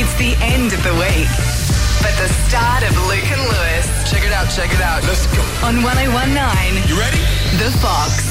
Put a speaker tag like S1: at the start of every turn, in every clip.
S1: It's the end of the week, but the start of Luke and Lewis
S2: Check it out, check it out. Let's go.
S1: on 1019
S2: You ready?
S1: The Fox.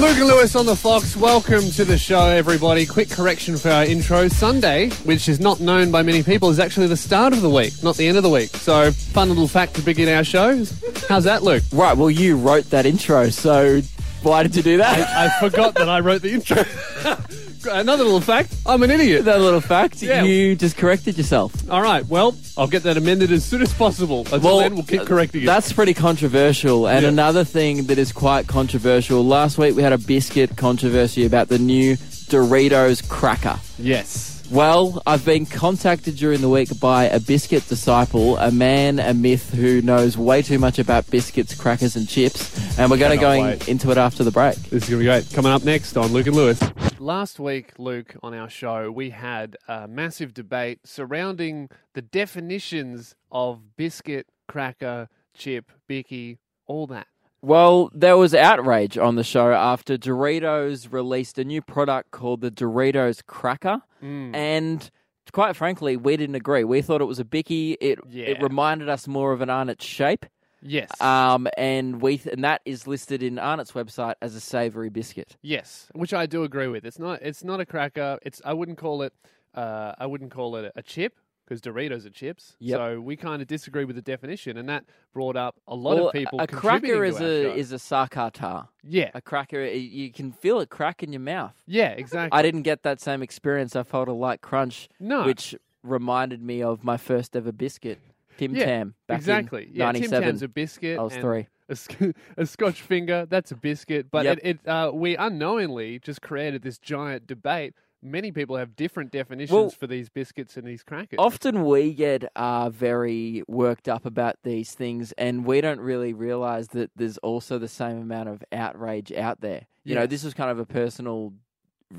S3: Luke and Lewis on the Fox. Welcome to the show, everybody. Quick correction for our intro. Sunday, which is not known by many people, is actually the start of the week, not the end of the week. So, fun little fact to begin our show. How's that, Luke?
S4: Right, well, you wrote that intro, so why did you do that?
S3: I forgot that I wrote the intro. Another little fact I'm an idiot.
S4: that little fact,
S3: Yeah.
S4: you just corrected yourself.
S3: All right, well, I'll get that amended as soon as possible. Until then, we'll keep correcting it.
S4: That's pretty controversial. And
S3: Yeah.
S4: another thing that is quite controversial last week we had a biscuit controversy about the new Doritos cracker.
S3: yes.
S4: Well, I've been contacted during the week by a biscuit disciple, a man, a myth who knows way too much about biscuits, crackers, and chips. And we're going to
S3: Cannot
S4: going
S3: wait.
S4: into it after the break.
S3: This is going to be great. Coming up next on Luke and Lewis. Last week, Luke, on our show, we had a massive debate surrounding the definitions of biscuit, cracker, chip, bicky, all that.
S4: Well, there was outrage on the show after Doritos released a new product called the Doritos Cracker,
S3: Mm.
S4: and quite frankly, we didn't agree. We thought it was a bicky. It
S3: Yeah.
S4: it reminded us more of an Arnott shape,
S3: Yes.
S4: um, and we th- and that is listed in Arnott's website as a savory biscuit.
S3: yes, which I do agree with. It's not it's not a cracker. It's I wouldn't call it uh, I wouldn't call it a chip because Doritos are chips.
S4: Yep.
S3: So we kind of disagree with the definition and that brought up a lot
S4: Well,
S3: of people
S4: a
S3: contributing
S4: cracker
S3: to
S4: is
S3: our
S4: a
S3: show.
S4: is a sakata.
S3: Yeah.
S4: A cracker, y- you can feel it crack in your mouth.
S3: Yeah, exactly.
S4: I didn't get that same experience. I felt a light crunch,
S3: No.
S4: which reminded me of my first ever biscuit, Tim
S3: Yeah,
S4: Tam, back
S3: exactly.
S4: in
S3: yeah, Tim
S4: '97.
S3: Tam's a biscuit.
S4: I was
S3: and
S4: three.
S3: A, sc- a Scotch finger. That's a biscuit. But
S4: Yep.
S3: it, it uh, we unknowingly just created this giant debate. Many people have different definitions
S4: Well-
S3: for these biscuits and these crackers.
S4: Often we get uh, very worked up about these things, and we don't really realize that there's also the same amount of outrage out there. You know,
S3: Yeah.
S4: this was kind of a personal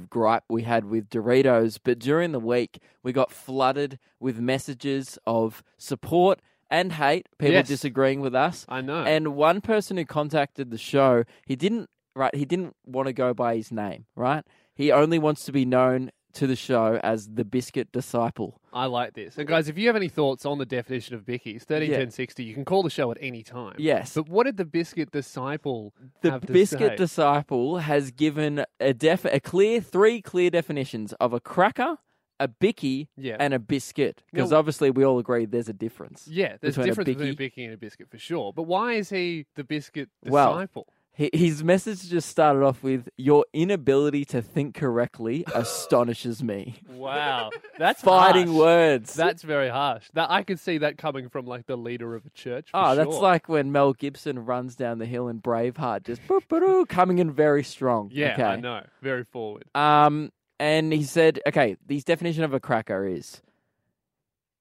S4: gripe we had with Doritos, but during the week we got flooded with messages of support and hate, people
S3: Yes.
S4: disagreeing with us.
S3: I know.
S4: And one person who contacted the show, he didn't right, he didn't want to go by his name, right? He only wants to be known to the show as the Biscuit Disciple.
S3: I like this. And guys, if you have any thoughts on the definition of bickies, thirteen
S4: Yeah.
S3: ten sixty, you can call the show at any time.
S4: Yes.
S3: But what did the biscuit disciple
S4: The
S3: have to
S4: Biscuit
S3: say?
S4: Disciple has given a def a clear three clear definitions of a cracker, a bicky,
S3: Yeah.
S4: and a biscuit. Because
S3: Now-
S4: obviously we all agree there's a difference.
S3: yeah, there's
S4: between a
S3: difference between a
S4: bicky-
S3: bicky and a biscuit for sure. But why is he the biscuit
S4: Well,
S3: disciple?
S4: Hi- His message just started off with "Your inability to think correctly astonishes me."
S3: wow. That's
S4: Fighting
S3: harsh.
S4: words.
S3: That's very harsh. That I could see that coming from like the leader of a church. for
S4: Oh, that's
S3: sure.
S4: like when Mel Gibson runs down the hill in Braveheart, just boop, boop, coming in very strong.
S3: yeah,
S4: okay.
S3: I know, very forward.
S4: Um, and he said, okay, his definition of a cracker is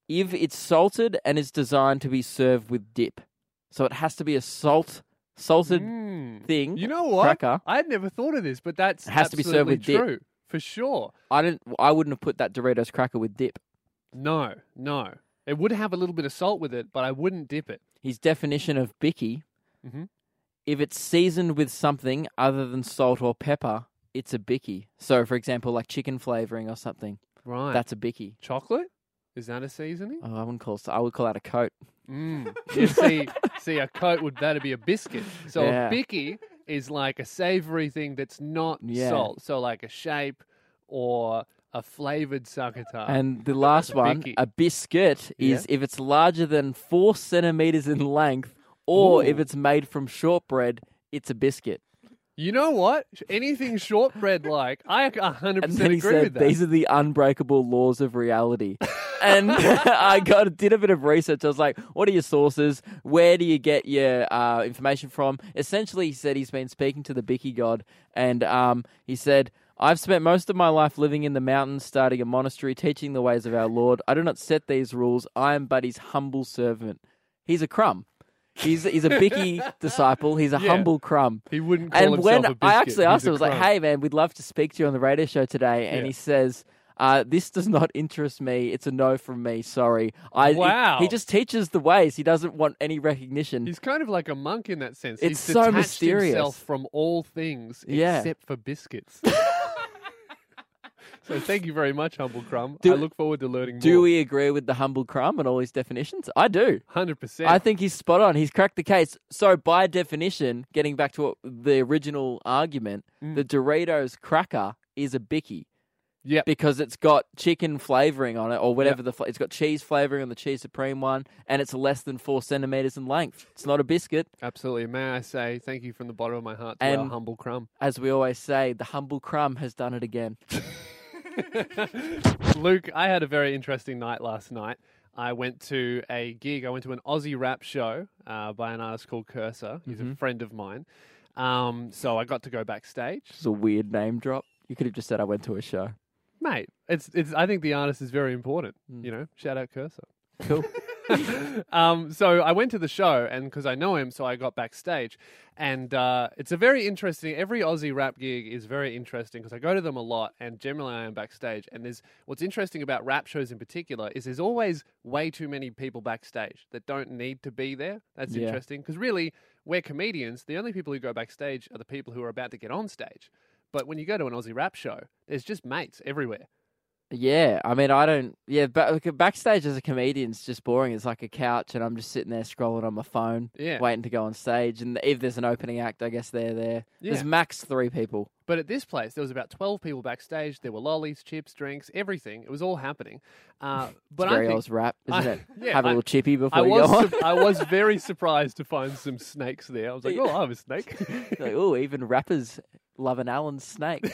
S4: if it's salted and is designed to be served with dip, so it has to be a salt salted
S3: Mm.
S4: thing.
S3: You know what?
S4: Hmm. Cracker.
S3: I had never thought of this, but that's
S4: It has to be served
S3: absolutely
S4: with dip.
S3: true for sure.
S4: I didn't. I wouldn't have put that Doritos cracker with dip.
S3: No, no, it would have a little bit of salt with it, but I wouldn't dip it.
S4: His definition of bicky,
S3: Mhm.
S4: if it's seasoned with something other than salt or pepper, it's a bicky. So, for example, like chicken flavoring or something,
S3: Right.
S4: that's a bicky.
S3: chocolate. Is that a seasoning?
S4: Oh, I wouldn't call. I would call that a coat.
S3: Mm. Yeah, see, see, a coat would that'd be a biscuit. So
S4: Yeah.
S3: a bicky is like a savory thing that's not
S4: Yeah.
S3: salt. So like a shape or a flavored succotash.
S4: And the last one,
S3: Binky.
S4: a biscuit, is if it's larger than four centimeters in length, or if
S3: Ooh.
S4: it's made from shortbread, it's a biscuit.
S3: You know what? Anything shortbread like, I 100%
S4: And then
S3: agree
S4: he said,
S3: with that.
S4: "These are the unbreakable laws of reality." and I got did a bit of research. I was like, "What are your sources? Where do you get your uh, information from?" Essentially, he said he's been speaking to the Bicky God, and um, he said. I've spent most of my life living in the mountains, starting a monastery, teaching the ways of our Lord. I do not set these rules. I am but his humble servant. He's a crumb. He's, he's a bicky disciple. He's a
S3: Yeah.
S4: humble crumb
S3: he wouldn't call
S4: and
S3: himself
S4: when
S3: a biscuit.
S4: I actually asked
S3: He's a
S4: him, I was like,
S3: crumb.
S4: "Hey, man, we'd love to speak to you on the radio show today," and
S3: Yeah.
S4: he says. Uh, this does not interest me. It's a no from me. Sorry. I, he-
S3: Wow.
S4: He, just teaches the ways. He doesn't want any recognition.
S3: He's kind of like a monk in that sense.
S4: It's
S3: He's
S4: so
S3: detached
S4: mysterious.
S3: himself from all things
S4: Yeah.
S3: except for biscuits. So thank you very much, Humble Crumb.
S4: Do-
S3: I look forward to learning more.
S4: Do we agree with the humble crumb and all his definitions? I do.
S3: 100%.
S4: I think he's spot on. He's cracked the case. So, by definition, getting back to what, the original argument, the Doritos cracker is a bicky.
S3: Yep.
S4: Because it's got chicken flavoring on it, or whatever the fla- it's got cheese flavoring on the cheese supreme one, and it's less than four centimeters in length. It's not a biscuit,
S3: Absolutely. May I say thank you from the bottom of my heart to our
S4: And-
S3: Humble Crumb.
S4: as we always say. The humble crumb has done it again.
S3: Luke, I had a very interesting night last night. I went to a gig. I went to an Aussie rap show uh, by an artist called Cursor. He's a friend of mine. Um, so I got to go backstage.
S4: It's a weird name drop. You could have just said I went to a show.
S3: Mate, it's it's. I think the artist is very important. You know, shout out Cursor.
S4: Cool.
S3: um, so I went to the show, and because I know him, so I got backstage. And uh, it's a very interesting. Every Aussie rap gig is very interesting because I go to them a lot, and generally I am backstage. And there's what's interesting about rap shows in particular is there's always way too many people backstage that don't need to be there. That's
S4: Yeah.
S3: interesting because really we're comedians. The only people who go backstage are the people who are about to get on stage. But when you go to an Aussie rap show, there's just mates everywhere.
S4: Yeah, I mean, I don't. Yeah, ba- like, backstage as a comedian is just boring. It's like a couch, and I'm just sitting there scrolling on my phone,
S3: Yeah.
S4: waiting to go on stage. And if there's an opening act, I guess they're there.
S3: Yeah.
S4: There's max three people.
S3: But at this place, there was about twelve people backstage. There were lollies, chips, drinks, everything. It was all happening. Uh, but
S4: It's very
S3: I think
S4: Oz rap, isn't
S3: I-
S4: it?
S3: yeah,
S4: Have a
S3: I-
S4: little chippy before
S3: I
S4: you go
S3: was
S4: on.
S3: su- I was very surprised to find some snakes there. I was like,
S4: Yeah.
S3: oh, I have a snake.
S4: like, oh, even rappers love an Alan Snake.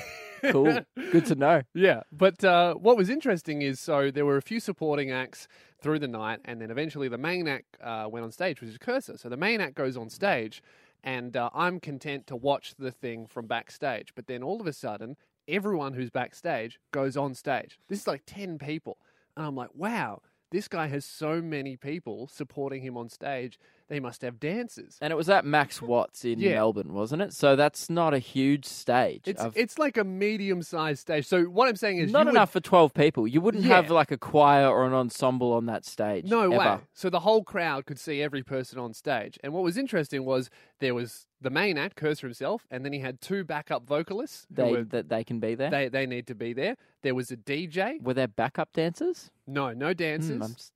S4: Cool, good to know.
S3: yeah. But uh, what was interesting is so there were a few supporting acts through the night, and then eventually the main act uh, went on stage, which is Cursor. So the main act goes on stage, and uh, I'm content to watch the thing from backstage. But then all of a sudden, everyone who's backstage goes on stage. This is like 10 people. And I'm like, wow. This guy has so many people supporting him on stage. They must have dances.
S4: And it was at Max Watts in
S3: Yeah.
S4: Melbourne, wasn't it? So that's not a huge stage.
S3: It's
S4: I've-
S3: it's like a medium sized stage. So what I'm saying is
S4: not
S3: you would-
S4: enough for twelve people. You wouldn't
S3: Yeah.
S4: have like a choir or an ensemble on that stage.
S3: no
S4: ever.
S3: way. So the whole crowd could see every person on stage. And what was interesting was there was the main act, Cursor himself, and then he had two backup vocalists who
S4: They
S3: were,
S4: that they can be there.
S3: they they need to be there. There was a DJ.
S4: Were there backup dancers?
S3: No, no
S4: Hmm,
S3: dancers.
S4: I'm s-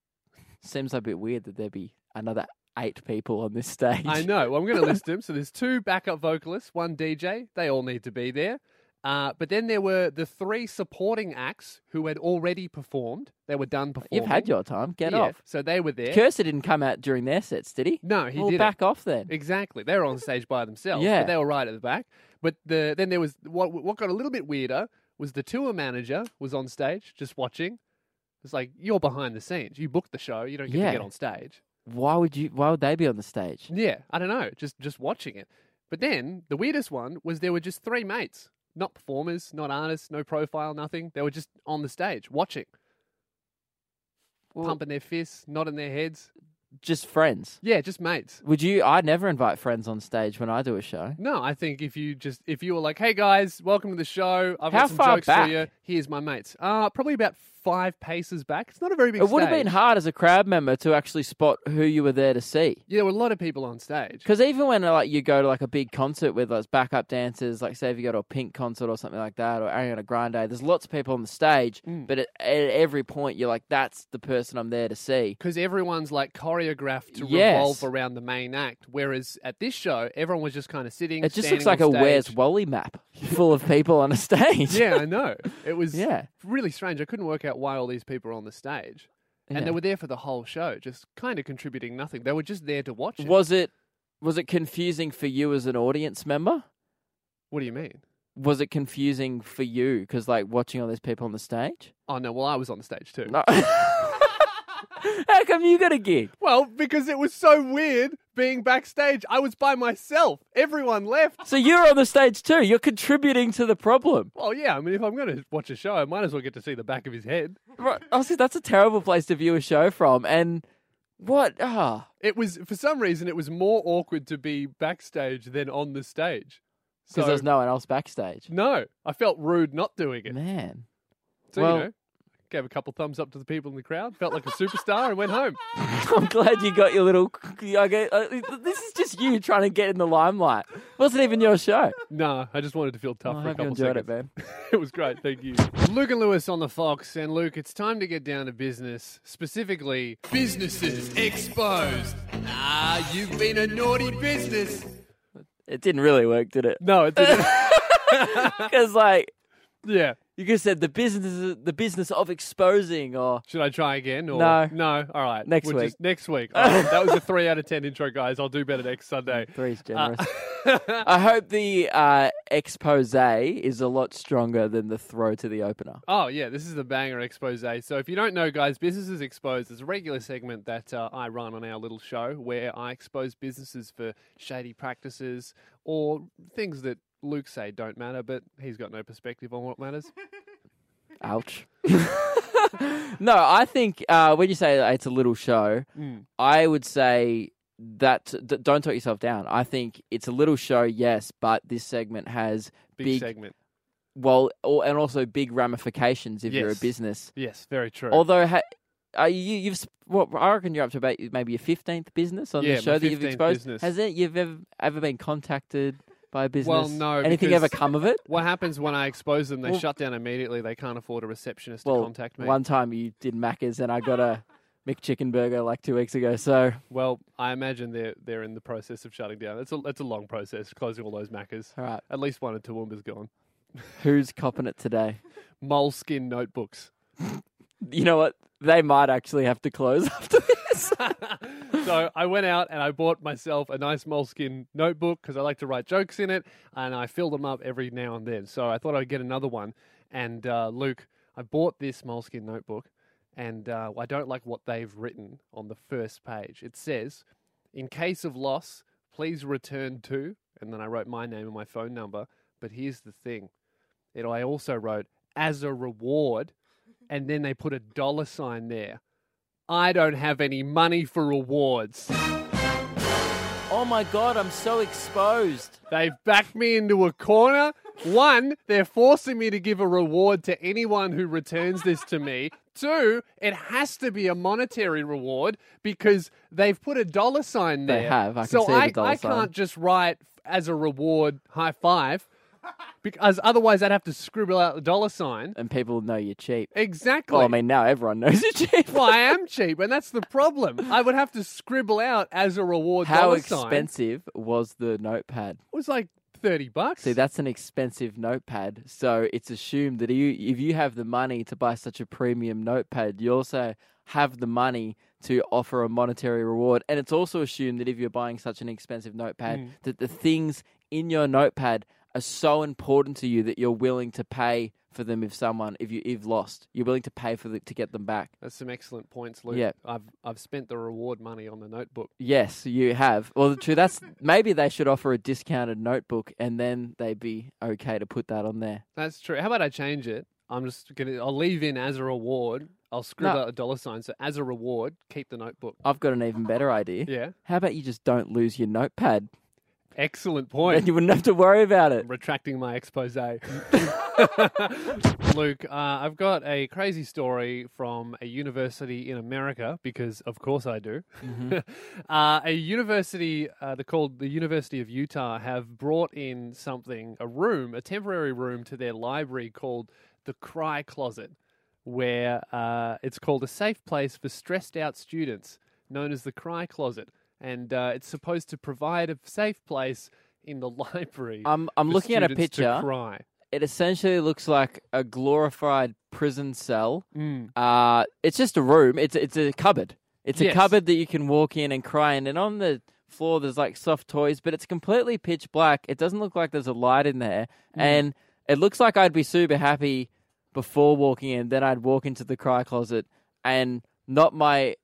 S4: seems a bit weird that there'd be another eight people on this stage.
S3: I know. Well, I'm going to list them. So there's two backup vocalists, one DJ. They all need to be there. Uh, but then there were the three supporting acts who had already performed. They were done performing.
S4: You've had your time. Get
S3: Yeah,
S4: off.
S3: So they were there.
S4: Cursor didn't come out during their sets, did he?
S3: No, he
S4: well,
S3: didn't.
S4: back off then.
S3: Exactly. They were on stage by themselves.
S4: Yeah.
S3: But they were right at the back. But the then there was what what got a little bit weirder was the tour manager was on stage just watching. It's like you're behind the scenes. You booked the show. You don't get
S4: Yeah.
S3: to get on stage.
S4: Why would you? Why would they be on the stage?
S3: Yeah, I don't know. Just just watching it. But then the weirdest one was there were just three mates, not performers, not artists, no profile, nothing. They were just on the stage watching,
S4: Well,
S3: pumping their fists, nodding their heads.
S4: Just friends.
S3: Yeah, just mates.
S4: Would you? I never invite friends on stage when I do a show.
S3: No, I think if you just if you were like, "Hey guys, welcome to the show. I've
S4: How
S3: got some
S4: far
S3: jokes
S4: back?
S3: for you. Here's my mates." Uh probably about five paces back. It's not a very big.
S4: It would have
S3: stage.
S4: been hard as a crowd member to actually spot who you were there to see.
S3: Yeah, there were a lot of people on stage.
S4: Because even when uh, like you go to like a big concert with those backup dancers, like say if you go to a Pink concert or something like that, or Ariana Grande, there's lots of people on the stage,
S3: Mm.
S4: but at, at every point you're like, that's the person I'm there to see.
S3: Because everyone's like choreographed to
S4: Yes.
S3: revolve around the main act, whereas at this show, everyone was just kind of sitting.
S4: It just
S3: standing
S4: looks like a
S3: on
S4: Where's
S3: stage.
S4: Wally map full of people on a stage.
S3: yeah, I know. It was
S4: Yeah.
S3: really strange. I couldn't work out why all these people were on the stage,
S4: Yeah.
S3: and they were there for the whole show, just kind of contributing nothing. They were just there to watch. It.
S4: Was it was it confusing for you as an audience member?
S3: What do you mean?
S4: Was it confusing for you because like watching all these people on the stage?
S3: Oh no! Well, I was on the stage too.
S4: No. How come you got a gig?
S3: Well, because it was so weird being backstage. I was by myself. Everyone left.
S4: So you're on the stage too. You're contributing to the problem.
S3: Well, yeah, I mean, if I'm going to watch a show, I might as well get to see the back of his head.
S4: Right. Honestly, that's a terrible place to view a show from. And what? Ah,
S3: It was, for some reason, it was more awkward to be backstage than on the stage.
S4: because
S3: So,
S4: there's no one else backstage.
S3: no, I felt rude not doing it.
S4: Man.
S3: So,
S4: well-
S3: you know, Gave a couple thumbs up to the people in the crowd. Felt like a superstar and went home.
S4: I'm glad you got your little. I go- uh, This is just you trying to get in the limelight. wasn't even your show.
S3: Nah, I just wanted to feel tough
S4: I
S3: for a
S4: hope you
S3: couple
S4: enjoyed
S3: seconds.
S4: it, man.
S3: it was great. Thank you. Luke and Lewis on the Fox. And Luke, it's time to get down to business, specifically businesses exposed. Ah, you've been a naughty business.
S4: It didn't really work, did it?
S3: No, it didn't.
S4: Because like
S3: yeah.
S4: you could have said, the business, the business of exposing, or
S3: Should I try again? Or
S4: No.
S3: No. All right.
S4: Next
S3: We'll
S4: week.
S3: just- next week. All right. that was a three out of ten intro, guys. I'll do better next Sunday.
S4: three's generous. I hope the uh, expose is a lot stronger than the throw to the opener.
S3: Oh, yeah, this is the banger expose. So, if you don't know, guys, Businesses Exposed is a regular segment that uh, I run on our little show where I expose businesses for shady practices or things that Luke say don't matter, but he's got no perspective on what matters.
S4: Ouch. no, I think uh, when you say it's a little show,
S3: Mm.
S4: I would say that d- don't talk yourself down. I think it's a little show, yes, but this segment has
S3: Big,
S4: big,
S3: segment.
S4: well, or, and also big ramifications if you're a
S3: Yes.
S4: business.
S3: Yes, very true.
S4: Although, ha- are you, you've s- what I reckon you're up to about maybe your fifteenth business on
S3: Yeah, my
S4: the show that you've
S3: 15th
S4: exposed.
S3: business.
S4: Has it you've ever ever been contacted by a business?
S3: no,
S4: Anything
S3: because-
S4: ever come of it?
S3: what happens when I expose them? They
S4: Well-
S3: shut down immediately. They can't afford a receptionist to
S4: Well,
S3: contact me.
S4: one time you did Macca's and I got a McChicken burger like two weeks ago. So
S3: Well, I imagine they're they're in the process of shutting down. That's a that's a long process. Closing all those maccas.
S4: All right.
S3: At least one or two Toowoomba's gone.
S4: who's copping it today?
S3: Moleskin notebooks.
S4: You know what? They might actually have to close after this.
S3: so I went out and I bought myself a nice moleskin notebook because I like to write jokes in it, and I fill them up every now and then. So I thought I'd get another one. And uh, Luke, I bought this moleskin notebook, and uh, I don't like what they've written on the first page. It says, "In case of loss, please return to," and then I wrote my name and my phone number. But here's the thing: it I also wrote as a reward, and then they put a dollar sign there. I don't have any money for rewards.
S4: oh my god, I'm so exposed.
S3: They've backed me into a corner. One, they're forcing me to give a reward to anyone who returns this to me. Two, it has to be a monetary reward because they've put a dollar sign there.
S4: They have. I can
S3: so
S4: see the
S3: I,
S4: dollar
S3: I
S4: sign.
S3: can't just write as a reward high five because otherwise I'd have to scribble out the dollar sign.
S4: And people know you're cheap.
S3: Exactly.
S4: Well, I mean, now everyone knows you're cheap.
S3: Well, I am cheap, and that's the problem. I would have to scribble out as a reward.
S4: How
S3: dollar sign.
S4: expensive was the notepad?
S3: It was like thirty bucks.
S4: See, that's an expensive notepad. So it's assumed that you, if you have the money to buy such a premium notepad, you also have the money to offer a monetary reward. And it's also assumed that if you're buying such an expensive notepad, that the things in your notepad are so important to you that you're willing to pay for them if someone, if you, if lost, you're willing to pay for the, to get them back.
S3: That's some excellent points, Luke.
S4: Yeah.
S3: I've I've spent the reward money on the notebook.
S4: Yes, you have. Well, true. That's maybe they should offer a discounted notebook, and then they'd be okay to put that on there.
S3: That's true. How about I change it? I'm just gonna I'll leave in as a reward. I'll scribble
S4: No. Oh.
S3: out a dollar sign. So as a reward, keep the notebook.
S4: I've got an even better idea.
S3: Yeah.
S4: How about you just don't lose your notepad?
S3: Excellent
S4: Then
S3: point.
S4: you wouldn't have to worry about it.
S3: Retracting my expose. Luke, uh, I've got a crazy story from a university in America because, of course, I do. uh, a university, uh, they're called the University of Utah, have brought in something, a room, a temporary room to their library called the Cry Closet, where uh, it's called a safe place for stressed out students, known as the Cry Closet. And uh, it's supposed to provide a safe place in the library.
S4: I'm I'm
S3: for
S4: looking at a
S3: students to
S4: picture.
S3: Cry.
S4: It essentially looks like a glorified prison cell. Uh, it's just a room. It's it's a cupboard. It's
S3: Yes.
S4: a cupboard that you can walk in and cry in. And on the floor, there's like soft toys, but it's completely pitch black. It doesn't look like there's a light in there. And it looks like I'd be super happy before walking in. Then I'd walk into the cry closet, and not my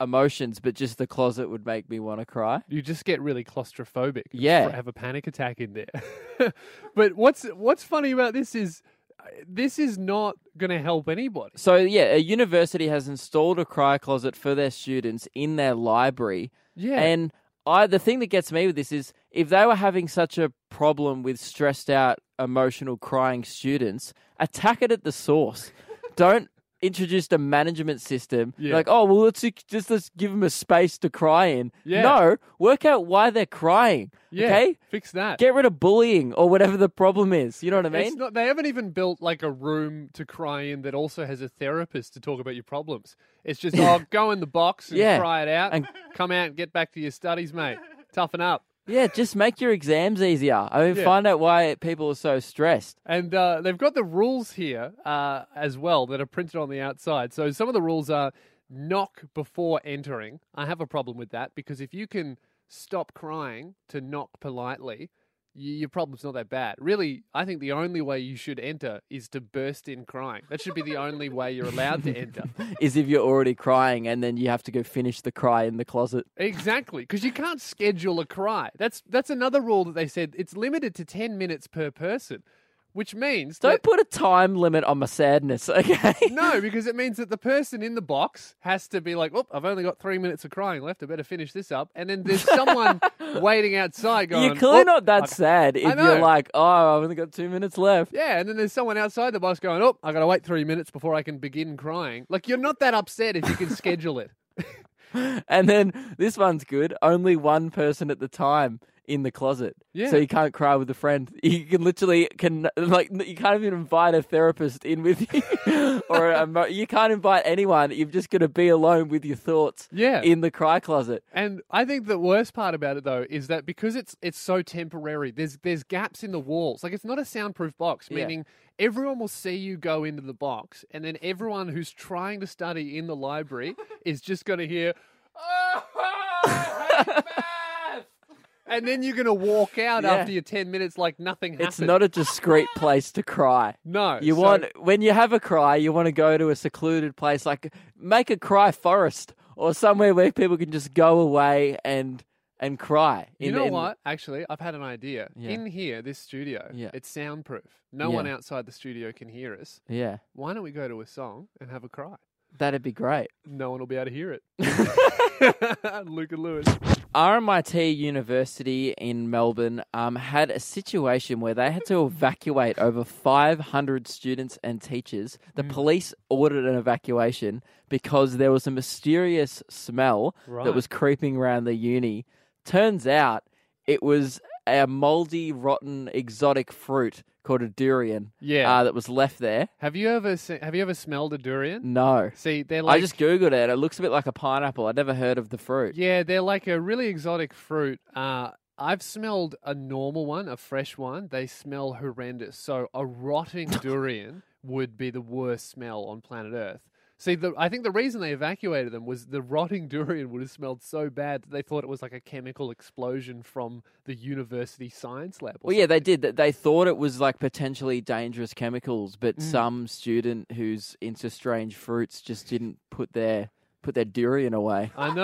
S4: emotions, but just the closet would make me want to cry.
S3: you just get really claustrophobic. and
S4: Yeah.
S3: fr- have a panic attack in there. but what's what's funny about this is uh, this is not going to help anybody.
S4: So yeah, a university has installed a cry closet for their students in their library.
S3: Yeah.
S4: And I the thing that gets me with this is if they were having such a problem with stressed out emotional crying students, attack it at the source. Don't introduced a management system.
S3: Yeah.
S4: Like, oh well, let's just let's give them a space to cry in.
S3: Yeah.
S4: No, work out why they're crying.
S3: Yeah,
S4: Okay,
S3: fix that.
S4: get rid of bullying or whatever the problem is. You know what I
S3: It's
S4: mean?
S3: not, they haven't even built like a room to cry in that also has a therapist to talk about your problems. It's just, oh, go in the box and
S4: Yeah.
S3: cry it out and
S4: And-
S3: come out and get back to your studies, mate. Toughen up.
S4: yeah, just make your exams easier. I mean,
S3: Yeah.
S4: find out why people are so stressed.
S3: And uh, they've got the rules here uh, as well that are printed on the outside. So some of the rules are knock before entering. I have a problem with that because if you can stop crying to knock politely, y- your problem's not that bad. Really, I think the only way you should enter is to burst in crying. That should be the only way you're allowed to enter.
S4: Is if you're already crying and then you have to go finish the cry in the closet.
S3: Exactly, because you can't schedule a cry. That's that's another rule that they said it's limited to ten minutes per person, which means
S4: Don't
S3: that-
S4: put a time limit on my sadness, okay?
S3: No, because it means that the person in the box has to be like, "Oh, I've only got three minutes of crying left. I better finish this up." And then there's someone waiting outside going,
S4: You're clearly
S3: "Oop,
S4: not that
S3: I-
S4: sad if
S3: know.
S4: you're like, oh, I've only got two minutes left.
S3: Yeah, and then there's someone outside the box going, "Oh, I got to wait three minutes before I can begin crying." Like you're not that upset if you can schedule it.
S4: And then this one's good. Only one person at the time in the closet.
S3: Yeah.
S4: So you can't cry with a friend. You can literally can like you can't even invite a therapist in with you, or a, mo- you can't invite anyone. You've just got to be alone with your thoughts.
S3: Yeah.
S4: In the cry closet.
S3: And I think the worst part about it though is that because it's it's so temporary, there's there's gaps in the walls. Like it's not a soundproof box,
S4: Yeah.
S3: meaning everyone will see you go into the box, and then everyone who's trying to study in the library is just going to hear, "Oh, I hate math!" and then you're going to walk out
S4: Yeah.
S3: after your ten minutes like nothing happened.
S4: It's not a discreet place to cry.
S3: no.
S4: You
S3: so-
S4: want when you have a cry, you want to go to a secluded place, like make a cry forest or somewhere where people can just go away and and cry.
S3: You
S4: in-
S3: know
S4: in-
S3: what? Actually, I've had an idea.
S4: Yeah.
S3: In here, this studio,
S4: Yeah.
S3: it's soundproof. No
S4: Yeah.
S3: one outside the studio can hear us.
S4: Yeah,
S3: Why don't we go to a song and have a cry?
S4: that'd be great.
S3: no one will be able to hear it. Luke and Lewis.
S4: RMIT University in Melbourne um, had a situation where they had to evacuate over 500 students and teachers. The
S3: Mm.
S4: police ordered an evacuation because there was a mysterious smell
S3: Right.
S4: that was creeping around the uni. Turns out it was a moldy, rotten, exotic fruit called a durian
S3: Yeah.
S4: uh, that was left there.
S3: have you ever se- have you ever smelled a durian?
S4: No.
S3: See, they're like
S4: I just Googled it. It looks a bit like a pineapple. I'd never heard of the fruit.
S3: yeah, they're like a really exotic fruit. Uh, I've smelled a normal one, a fresh one. They smell horrendous. So a rotting durian would be the worst smell on planet Earth. See, the, I think the reason they evacuated them was the rotting durian would have smelled so bad that they thought it was like a chemical explosion from the university science lab. or
S4: Well, yeah,
S3: something.
S4: they did. They- They thought it was like potentially dangerous chemicals,
S3: Mm.
S4: but some student who's into strange fruits just didn't put their put their durian away.
S3: I know.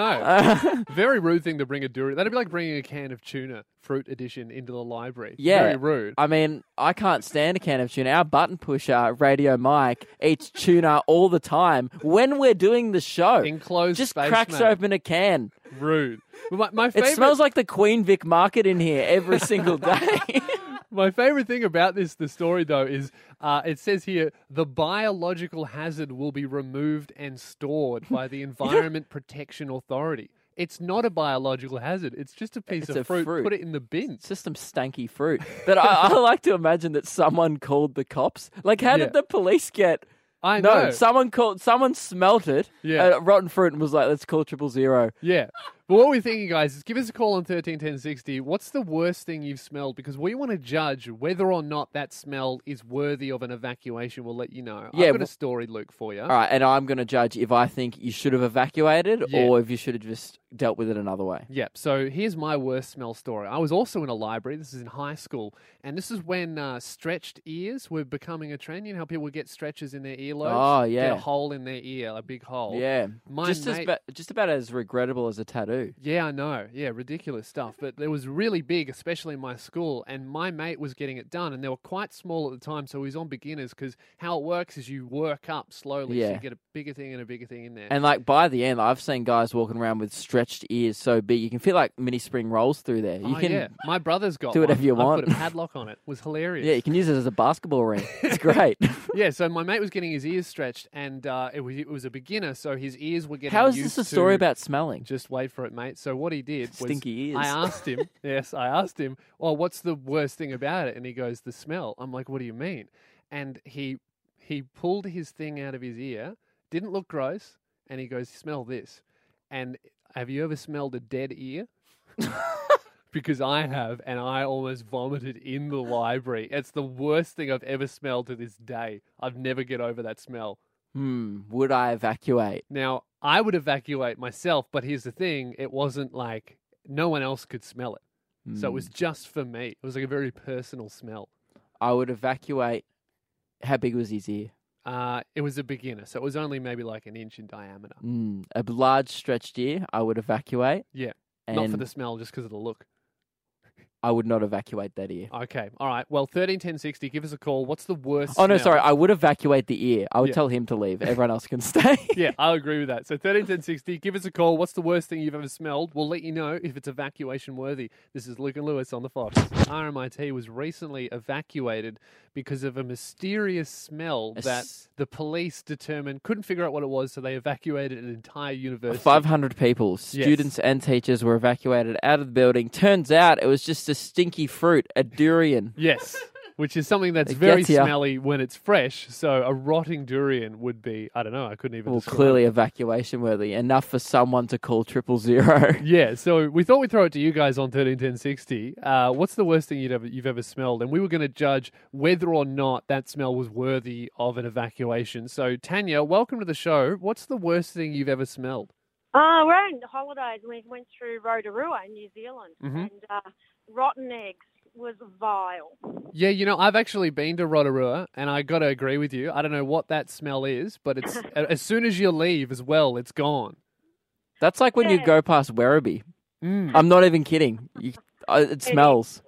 S4: Uh,
S3: Very rude thing to bring a durian. That'd be like bringing a can of tuna, fruit edition, into the library.
S4: yeah,
S3: Very rude.
S4: I mean, I can't stand a can of tuna. Our button pusher, Radio Mike, eats tuna all the time when we're doing the show.
S3: Enclosed
S4: just
S3: space,
S4: cracks
S3: mate.
S4: open a can.
S3: Rude. But My, my
S4: It
S3: favorite,
S4: smells like the Queen Vic Market in here every single day.
S3: my favorite thing about this, the story though, is uh, it says here the biological hazard will be removed and stored by the Environment Protection Authority. It's not a biological hazard. It's just a piece
S4: It's
S3: of
S4: a
S3: fruit.
S4: fruit.
S3: Put it in the bin.
S4: It's just some stanky fruit. But I, I like to imagine that someone called the cops. Like, how
S3: Yeah.
S4: did the police get?
S3: I
S4: no,
S3: know.
S4: someone called. Someone smelt it.
S3: Yeah.
S4: uh, rotten fruit and was like, "Let's call triple zero.
S3: Yeah. But what we're thinking, guys, is give us a call on 131060. What's the worst thing you've smelled? Because we want to judge whether or not that smell is worthy of an evacuation. We'll let you know.
S4: Yeah,
S3: I've got a
S4: wh-
S3: story, Luke, for you.
S4: All right, and I'm going to judge if I think you should have evacuated
S3: Yeah.
S4: or if you should have just dealt with it another way.
S3: Yep. So here's my worst smell story. I was also in a library. This is in high school, and this is when uh, stretched ears were becoming a trend. You know how people would get stretches in their earlobes.
S4: Oh,
S3: Get
S4: yeah.
S3: a hole in their ear, a big hole.
S4: Yeah,
S3: Oh, My
S4: just as
S3: mate-
S4: ba- just about as regrettable as a tattoo. too.
S3: Yeah, I know. Yeah, ridiculous stuff. But it was really big, especially in my school. And my mate was getting it done, and they were quite small at the time, so he was on beginners because how it works is you work up slowly, so
S4: Yeah.
S3: you get a bigger thing and a bigger thing in there.
S4: And like by the end, I've seen guys walking around with stretched ears so big you can feel like mini spring rolls through there. You
S3: Oh,
S4: can
S3: yeah, my brother's got
S4: do whatever
S3: one.
S4: you
S3: I
S4: want.
S3: put a padlock on it. It Was hilarious.
S4: yeah, you can use it as a basketball ring. It's great.
S3: Yeah, so my mate was getting his ears stretched, and uh, it was it was a beginner, so his ears were getting.
S4: How is
S3: used
S4: this a story
S3: to-
S4: about smelling?
S3: Just wait for it, mate. So what he did was,
S4: Stinky ears.
S3: I asked him. yes, I asked him. Well, what's the worst thing about it? And he goes, the smell. I'm like, what do you mean? And he he pulled his thing out of his ear. Didn't look gross. And he goes, smell this. And have you ever smelled a dead ear? because I have, and I almost vomited in the library. It's the worst thing I've ever smelled to this day. I've never get over that smell.
S4: Hmm. Would I evacuate?
S3: Now, I would evacuate myself, but here's the thing it wasn't like no one else could smell it. So it
S4: Hmm.
S3: was just for me. It was like a very personal smell.
S4: I would evacuate. How big was his ear?
S3: Uh, it was a beginner, so it was only maybe like an inch in diameter.
S4: Mm, a large stretched ear, I would evacuate.
S3: Yeah.
S4: And
S3: Not for the smell, just because of the look.
S4: I would not evacuate that ear.
S3: Okay. All right. Well, 131060, give us a call. What's the worst?
S4: Oh, no,
S3: smell?
S4: sorry. I would evacuate the ear. I would
S3: Yeah.
S4: tell him to leave. Everyone else can stay.
S3: Yeah, I agree with that. So 131060, give us a call. What's the worst thing you've ever smelled? We'll let you know if it's evacuation worthy. This is Luke and Lewis on the Fox. RMIT was recently evacuated because of a mysterious smell
S4: A
S3: that
S4: s-
S3: the police determined couldn't figure out what it was, so they evacuated an entire university.
S4: 500 people, students and teachers, were evacuated out of the building. Turns out it was just a stinky fruit, a durian.
S3: Yes. Which is something that's
S4: It
S3: very
S4: gets ya.
S3: smelly when it's fresh. So a rotting durian would be, I don't know, I couldn't even
S4: Well,
S3: describe
S4: clearly evacuation worthy. Enough for someone to call triple zero.
S3: Yeah, so we thought we'd throw it to you guys on thirteen ten sixty. Uh, what's the worst thing you'd ever you've ever smelled? And we were going to judge whether or not that smell was worthy of an evacuation. So Tanya, welcome to the show. What's the worst thing you've ever smelled?
S5: Uh, we're on holidays and we went through Rotorua in New Zealand
S3: Mhm.
S5: and uh, rotten eggs was vile.
S3: Yeah, you know, I've actually been to Rotorua, and I got to agree with you. I don't know what that smell is, but it's a- as soon as you leave, as well, it's gone.
S4: That's like when you
S5: Yeah.
S4: go past Werribee.
S3: Mm.
S4: I'm not even kidding. You, uh, it smells.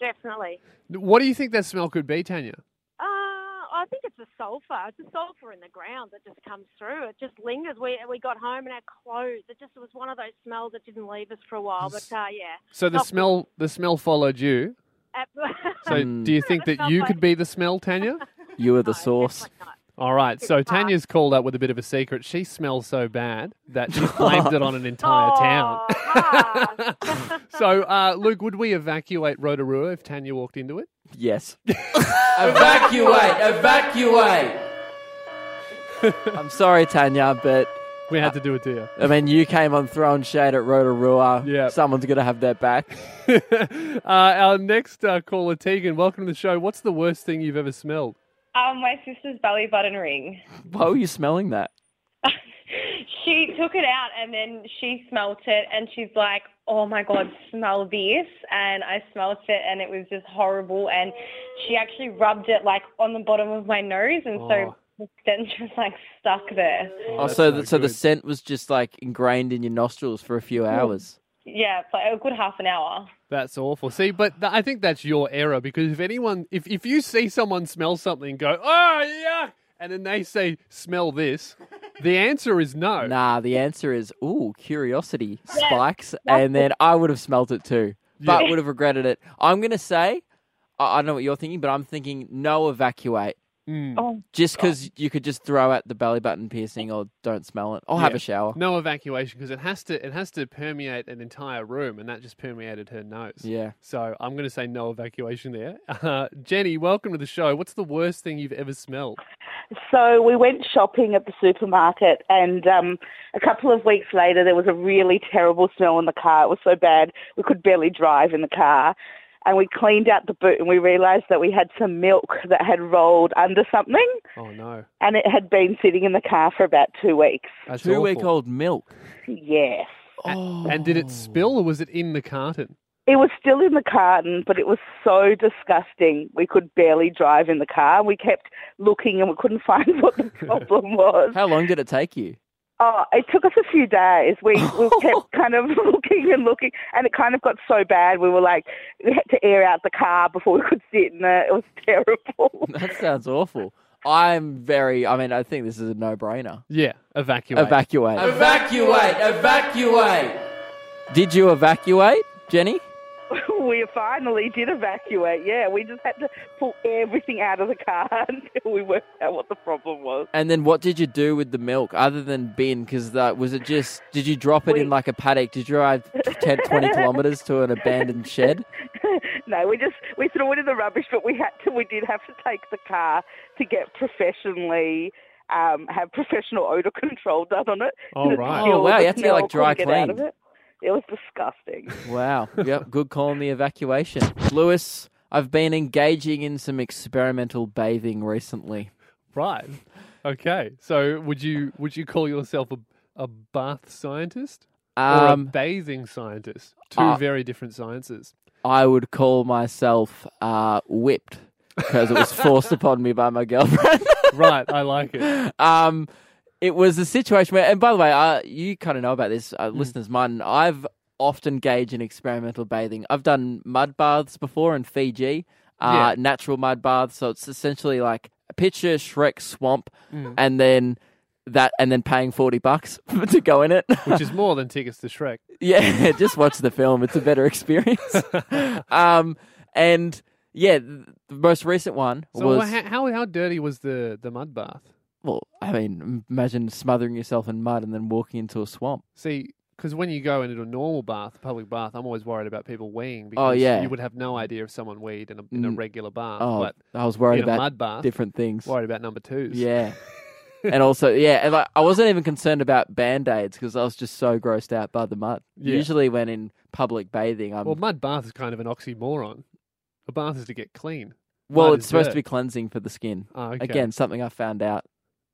S5: Definitely.
S3: What do you think that smell could be, Tanya?
S5: Uh, I think it's the sulphur. It's the sulphur in the ground that just comes through. It just lingers. We we got home and our clothes. It just was one of those smells that didn't leave us for a while. But uh, yeah.
S3: So the
S5: Not-
S3: smell the smell followed you.
S5: At-
S3: So
S4: Mm.
S3: do you think that you could be the smell, Tanya?
S4: You are
S5: No,
S4: the source.
S5: definitely not.
S3: All right, so
S5: hot.
S3: Tanya's called up with a bit of a secret. She smells so bad that she blamed it on an entire town.
S5: Oh, ah.
S3: So, uh, Luke, would we evacuate Rotorua if Tanya walked into it?
S4: Yes. evacuate! Evacuate! I'm sorry, Tanya, but
S3: We had to do it to you.
S4: I mean, you came on throwing shade at Rotorua.
S3: Yep.
S4: Someone's going to have their back.
S3: uh, our next uh, caller, Tegan, welcome to the show. What's the worst thing you've ever smelled?
S6: Um, my sister's belly button ring.
S4: Why were you smelling that?
S6: she took it out and then she smelt it and she's like, oh my God, smell this. And I smelt it and it was just horrible. And she actually rubbed it like on the bottom of my nose and
S3: Oh.
S6: so the stench was like stuck there.
S4: Oh,
S3: that's
S4: so,
S3: no
S4: the, so the
S3: good.
S4: scent was just like ingrained in your nostrils for a few hours.
S6: Yeah, for a good half an hour.
S3: That's awful. See, but th- I think that's your error because if anyone, if, if you see someone smell something and go, oh, yuck, and then they say, smell this, the answer is no.
S4: Nah, the answer is ooh, curiosity spikes, and then I would have smelt it too, but
S3: Yeah.
S4: would have regretted it. I'm gonna say, I, I don't know what you're thinking, but I'm thinking no evacuate,
S3: Mm.
S4: just because you could just throw out the belly button piercing or don't smell it. I'll have
S3: Yeah.
S4: a shower.
S3: No evacuation because it has to it has to permeate an entire room, and that just permeated her nose.
S4: Yeah.
S3: So I'm going to say no evacuation there. Uh, Jenny, welcome to the show. What's the worst thing you've ever smelled?
S7: So we went shopping at the supermarket and um, a couple of weeks later there was a really terrible smell in the car. It was so bad we could barely drive in the car. And we cleaned out the boot and we realised that we had some milk that had rolled under something
S3: Oh no,
S7: and it had been sitting in the car for about two weeks.
S3: that's
S4: Two week
S3: awful.
S4: old milk.
S7: Yes.
S4: Oh.
S3: And did it spill or was it in the carton?
S7: It was still in the carton, but it was so disgusting. We could barely drive in the car. We kept looking and we couldn't find what the problem was.
S4: How long did it take you?
S7: Oh, it took us a few days. We we kept kind of looking and looking, and it kind of got so bad. We were like, we had to air out the car before we could sit in it. It was terrible.
S4: That sounds awful. I'm very. I mean, I think this is a no-brainer.
S3: Yeah, evacuate.
S4: Evacuate. Evacuate. Evacuate. Did you evacuate, Jenny?
S7: we finally did evacuate. Yeah, we just had to pull everything out of the car until we worked out what the problem was.
S4: And then what did you do with the milk other than bin? Because that was it. Just did you drop it in like a paddock? Did you drive 10, 20 kilometers to an abandoned shed?
S7: no, we just we threw it in the rubbish, but we had to. We did have to take the car to get professionally. Um, have professional odor control done on it.
S3: Oh,
S7: It
S3: right.
S7: still-
S4: Oh, wow, you had to get,
S7: the
S4: like,
S7: smell
S4: dry
S7: couldn't get out
S4: cleaned.
S7: of It. It was disgusting.
S4: Wow. Yep. Good call on the evacuation, Lewis. I've been engaging in some experimental bathing recently.
S3: Right. Okay. So would you would you call yourself a a bath scientist or a
S4: Um,
S3: bathing scientist? Two
S4: uh,
S3: very different sciences.
S4: I would call myself uh, whipped because it was forced upon me by my girlfriend.
S3: Right. I like it.
S4: um, it was a situation where, and by the way, uh, you kind of know about this, uh,
S3: Hmm.
S4: listeners. Mine, I've often engaged in experimental bathing. I've done mud baths before in Fiji, uh,
S3: Yeah.
S4: natural mud baths. So it's essentially like picture Shrek swamp,
S3: Hmm.
S4: and then that, and then paying forty bucks to go in it.
S3: Which is more than tickets to Shrek.
S4: Yeah, just watch the film. It's a better experience. um, and yeah, th- the most recent one
S3: So
S4: was
S3: wha- how how dirty was the the mud bath?
S4: well. I mean, imagine smothering yourself in mud and then walking into a swamp.
S3: See, because when you go into a normal bath, a public bath, I'm always worried about people weeing
S4: Oh,
S3: because
S4: yeah.
S3: you would have no idea if someone weed in a, in a
S4: Mm.
S3: regular bath.
S4: Oh,
S3: but
S4: I was worried
S3: in a
S4: about
S3: mud bath,
S4: different things.
S3: worried about number twos.
S4: Yeah. and also, yeah, and like, I wasn't even concerned about band aids because I was just so grossed out by the mud.
S3: Yeah.
S4: Usually, when in public bathing, I'm
S3: Well,
S4: well.
S3: mud bath is kind of an oxymoron. A bath is to get clean. mud
S4: it's
S3: is
S4: supposed to
S3: dirt.
S4: be cleansing for the skin.
S3: Oh, okay.
S4: Again, something I found out.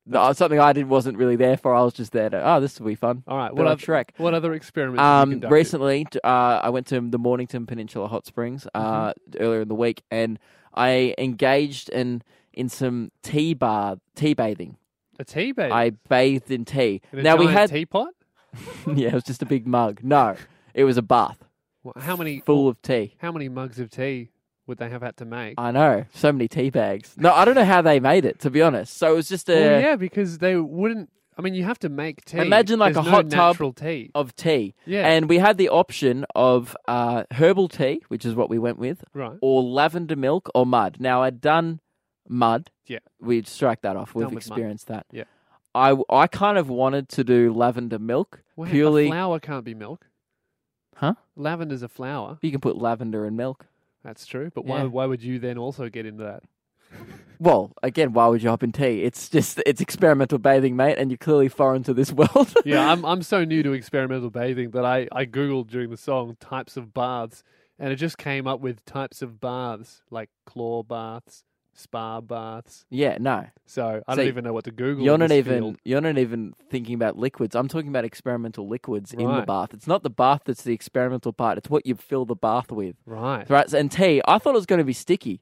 S4: No, something I did wasn't really there for. I was just there to. Oh, this will be fun.
S3: All right.
S4: Bit
S3: What,
S4: like
S3: oth-
S4: Shrek.
S3: what other experiments? have you
S4: Um,
S3: conducted?
S4: recently, t- uh, I went to the Mornington Peninsula Hot Springs uh,
S3: Mm-hmm.
S4: earlier in the week, and I engaged in in some tea bar tea bathing.
S3: a tea bag.
S4: I bathed in tea.
S3: in a
S4: now we had,
S3: giant teapot.
S4: yeah, it was just a big mug. No, it was a bath
S3: Wha- How many?
S4: full of tea.
S3: How many mugs of tea would they have had to make?
S4: I know, so many tea bags. No, I don't know how they made it. To be honest, so it was just a
S3: well, yeah, because they wouldn't. I mean, you have to make tea.
S4: Imagine, like,
S3: There's
S4: a
S3: no
S4: hot tub Oh.
S3: natural tea.
S4: of tea.
S3: Yeah.
S4: And we had the option of uh, herbal tea, which is what we went with,
S3: Right.
S4: or lavender milk or mud. Now, I'd done mud.
S3: Yeah.
S4: We'd strike that off. We've
S3: Done with mud.
S4: experienced that.
S3: Yeah.
S4: I, I kind of wanted to do lavender milk
S3: Well,
S4: purely.
S3: a flower can't be milk.
S4: Huh?
S3: Lavender's a flower.
S4: You can put lavender in milk.
S3: That's true. But why?
S4: Yeah.
S3: Why would you then also get into that?
S4: Well, again, why would you hop in tea? It's just, it's experimental bathing, mate, and you're clearly foreign to this world.
S3: Yeah, I'm I'm so new to experimental bathing that I I googled during the song types of baths, and it just came up with types of baths like claw baths, spa baths.
S4: yeah, no.
S3: So I
S4: So
S3: don't even know what to Google.
S4: You're
S3: in
S4: not
S3: this
S4: even
S3: field.
S4: you're not even thinking about liquids. I'm talking about experimental liquids in the
S3: Right.
S4: bath. It's not the bath that's the experimental part. It's what you fill the bath with.
S3: right.
S4: Right? And tea, I thought it was going to be sticky.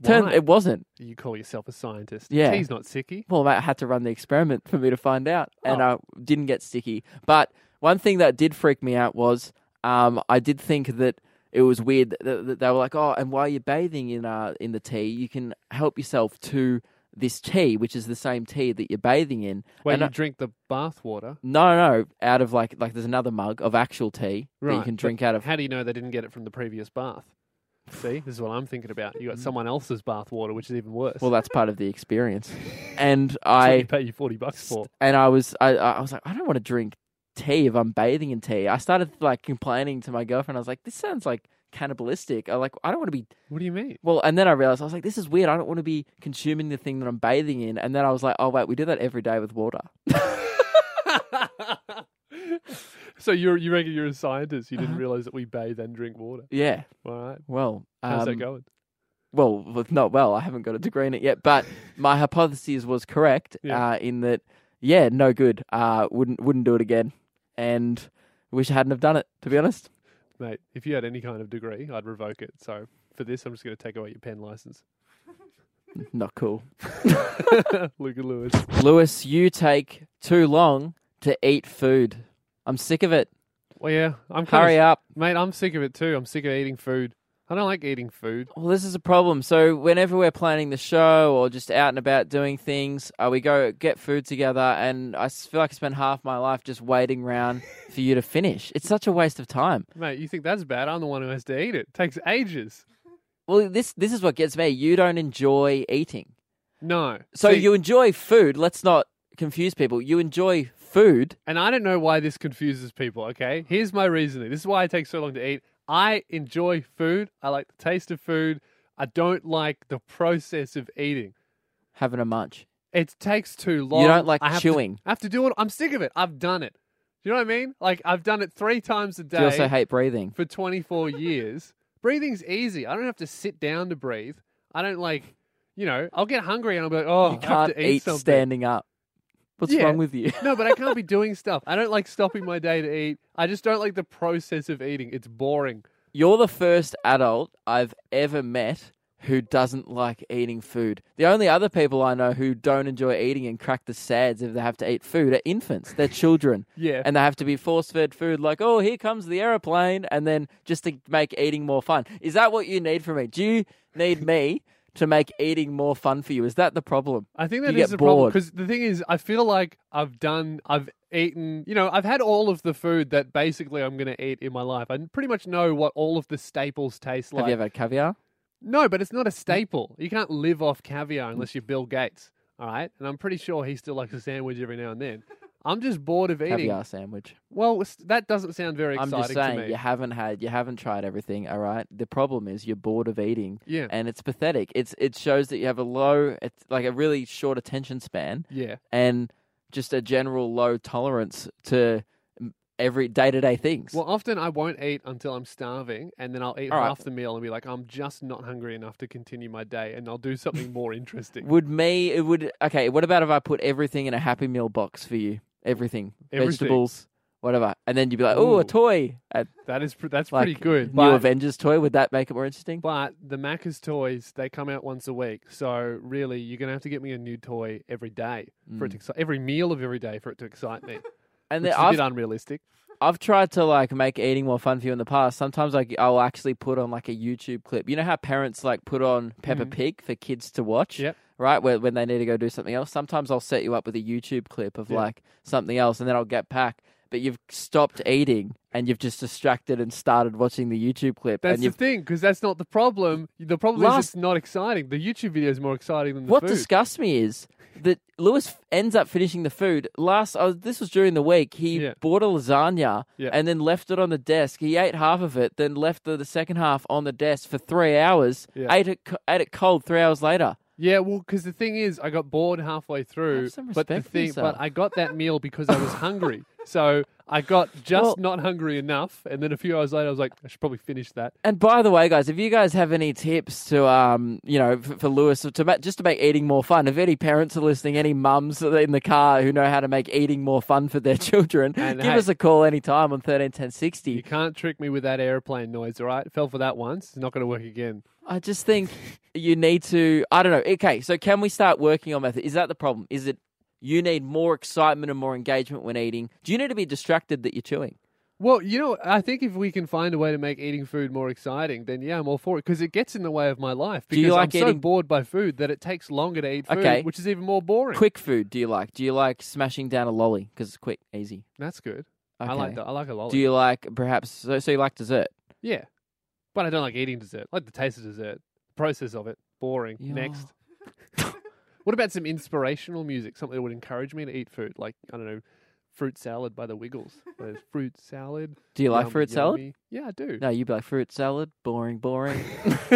S4: Turn
S3: Why?
S4: it wasn't.
S3: You call yourself a scientist?
S4: Yeah.
S3: he's not sicky.
S4: Well, mate, I had to run the experiment for me to find out, and
S3: Oh.
S4: I didn't get sticky. But one thing that did freak me out was um, I did think that it was weird that- that that they were like, "Oh, and while you're bathing in uh, in the tea, you can help yourself to this tea, which is the same tea that you're bathing in."
S3: Where
S4: And
S3: you
S4: I-
S3: drink the bath water.
S4: No, no, out of like like there's another mug of actual tea that you
S3: Right,
S4: can
S3: but
S4: drink out of.
S3: How do you know they didn't get it from the previous bath? See, this is what I'm thinking about. You got someone else's bath water, which is even worse.
S4: Mm. Well, that's part of the experience. And
S3: That's what they
S4: I
S3: pay you forty bucks for.
S4: and I was I I I was like I don't want to drink tea if I'm bathing in tea. I started like complaining to my girlfriend. I was like, this sounds like cannibalistic. I like I don't want to be
S3: What do you mean?
S4: well. And then I realized I was like, this is weird. I don't want to be consuming the thing that I'm bathing in. And then I was like, oh wait, we do that every day with water.
S3: so you're you reckon you're a scientist? You didn't
S4: Uh-huh.
S3: realize that we bathe and drink water.
S4: Yeah.
S3: All right.
S4: Well, um,
S3: How's that going?
S4: well, with- not well. I haven't got a degree in it yet, but my hypothesis was correct
S3: Yeah.
S4: uh, in that, yeah, no good. Uh, wouldn't wouldn't do it again, and wish I hadn't have done it. To be honest,
S3: Mate, if you had any kind of degree, I'd revoke it. So for this I'm just gonna take away your pen license.
S4: not cool.
S3: Luca Lewis.
S4: Lewis, you take too long to eat food. I'm sick of it.
S3: Well, yeah, I'm kind
S4: Hurry
S3: of,
S4: up.
S3: mate. I'm sick of it too. I'm sick of eating food. I don't like eating food.
S4: Well, this is a problem. So whenever we're planning the show or just out and about doing things, uh, we go get food together, and I s- feel like I spend half my life just waiting around for you to finish. It's such a waste of time.
S3: Mate, you think that's bad? I'm the one who has to eat it. Takes ages.
S4: Well, this this is what gets me. You don't enjoy eating,
S3: No.
S4: so
S3: See,
S4: you enjoy food. Let's not confuse people. You enjoy food.
S3: and I don't know why this confuses people, okay? Here's my reasoning. This is why it takes so long to eat. I enjoy food. I like the taste of food. I don't like the process of eating.
S4: having a munch.
S3: It takes too long.
S4: don't like
S3: I have to-
S4: chewing.
S3: I have to do it. I'm sick of it. I've done it. Do you know what I mean? Like I've done it three times a day
S4: Do you also hate breathing?
S3: for 24 years. Breathing's easy. I don't have to sit down to breathe. I don't like, you know, I'll get hungry and I'll be like, oh,
S4: You
S3: I
S4: can't
S3: have to
S4: eat
S3: something.
S4: standing up. What's
S3: Yeah.
S4: wrong with you?
S3: no, but I can't be doing stuff. I don't like stopping my day to eat. I just don't like the process of eating. It's boring.
S4: You're the first adult I've ever met who doesn't like eating food. The only other people I know who don't enjoy eating and crack the sads if they have to eat food are infants. They're children.
S3: Yeah.
S4: And they have to be force fed food like, oh, here comes the aeroplane, and then just to make eating more fun. Is that what you need from me? Do you need me to make eating more fun for you? Is that the problem?
S3: I think
S4: You
S3: that is
S4: get
S3: the problem
S4: bored.
S3: because the thing is, I feel like I've done, I've eaten, you know, I've had all of the food that basically I'm going to eat in my life. I pretty much know what all of the staples taste like.
S4: Have you ever had caviar?
S3: No, but it's not a staple. You can't live off caviar unless you're Bill Gates. All right, and I'm pretty sure he still likes a sandwich every now and then. I'm just bored of eating.
S4: Caviar sandwich.
S3: Well, it's- that doesn't sound very
S4: I'm
S3: exciting
S4: just
S3: to
S4: saying
S3: me.
S4: you haven't had you haven't tried everything, all right? The problem is you're bored of eating.
S3: Yeah.
S4: And it's pathetic. It's it shows that you have a low it's like a really short attention span
S3: Yeah,
S4: and just a general low tolerance to m- every day-to-day things.
S3: Well, often I won't eat until I'm starving, and then I'll eat
S4: All right.
S3: half the meal and be like, I'm just not hungry enough to continue my day, and I'll do something more interesting.
S4: would me it would okay, what about if I put everything in a happy meal box for you? Everything.
S3: Everything.
S4: Vegetables, whatever. And then you'd be like, "Oh,
S3: Ooh.
S4: a toy." Uh,
S3: That is pr- that's
S4: like
S3: pretty good.
S4: New
S3: But,
S4: Avengers toy, would that make it more interesting?
S3: but the Macca's toys they come out once a week, so really you're gonna have to get me a new toy every day for it to excite every meal of every day for it to excite me.
S4: Mm. and
S3: which
S4: then
S3: is a
S4: I've
S3: bit unrealistic.
S4: I've tried to like make eating more fun for you in the past. Sometimes like I'll actually put on like a YouTube clip. You know how parents like put on Peppa Pig for kids to watch,
S3: Mm. Yep.
S4: right? Where, when they need to go do something else. Sometimes I'll set you up with a YouTube clip of
S3: Yeah.
S4: like something else, and then I'll get back. But you've stopped eating and you've just distracted and started watching the YouTube clip.
S3: That's
S4: and
S3: the
S4: you've
S3: thing, because that's not the problem. The problem
S4: Last-
S3: is it's not exciting. The YouTube video is more exciting than the
S4: what
S3: food.
S4: disgusts me is that Lewis f- ends up finishing the food last. Oh, this was during the week. He
S3: Yeah.
S4: bought a lasagna
S3: Yeah.
S4: and then left it on the desk. He ate half of it, then left the, the second half on the desk for three hours.
S3: Yeah.
S4: Ate it, co- ate it cold three hours later.
S3: Yeah, well, because the thing is, I got bored halfway through.
S4: Have some
S3: but the
S4: respect for
S3: thing,
S4: yourself.
S3: but I got that meal because I was hungry. So I got just
S4: Well-
S3: not hungry enough, and then a few hours later, I was like, I should probably finish that.
S4: And by the way, guys, if you guys have any tips to, um, you know, for, for Lewis to ma- just to make eating more fun, if any parents are listening, any mums in the car who know how to make eating more fun for their children,
S3: And
S4: give
S3: hey-
S4: us a call anytime on thirteen ten sixty.
S3: You can't trick me with that airplane noise, all right? Fell for that once. It's not going to work again.
S4: I just think you need to. I don't know. Okay, so can we start working on method? Is that the problem? Is it you need more excitement and more engagement when eating? Do you need to be distracted that you're chewing?
S3: Well, you know, I think if we can find a way to make eating food more exciting, then yeah, I'm all for it because it gets in the way of my life.
S4: Do
S3: Because
S4: you like
S3: I'm so
S4: eating-
S3: bored by food that it takes longer to eat food,
S4: Okay.
S3: which is even more boring.
S4: Quick food, do you like? Do you like smashing down a lolly because it's quick, easy?
S3: That's good.
S4: Okay.
S3: I like that. I like a lolly.
S4: Do you like perhaps? So, so you like dessert?
S3: Yeah. But I don't like eating dessert. I like the taste of dessert. Process of it. Boring.
S4: Yeah.
S3: Next. what about some inspirational music? Something that would encourage me to eat food. Like, I don't know, fruit salad by the Wiggles. There's fruit salad.
S4: Do you like
S3: yum,
S4: fruit salad?
S3: yummy. Yeah, I do.
S4: No, you'd be like fruit salad, boring, boring.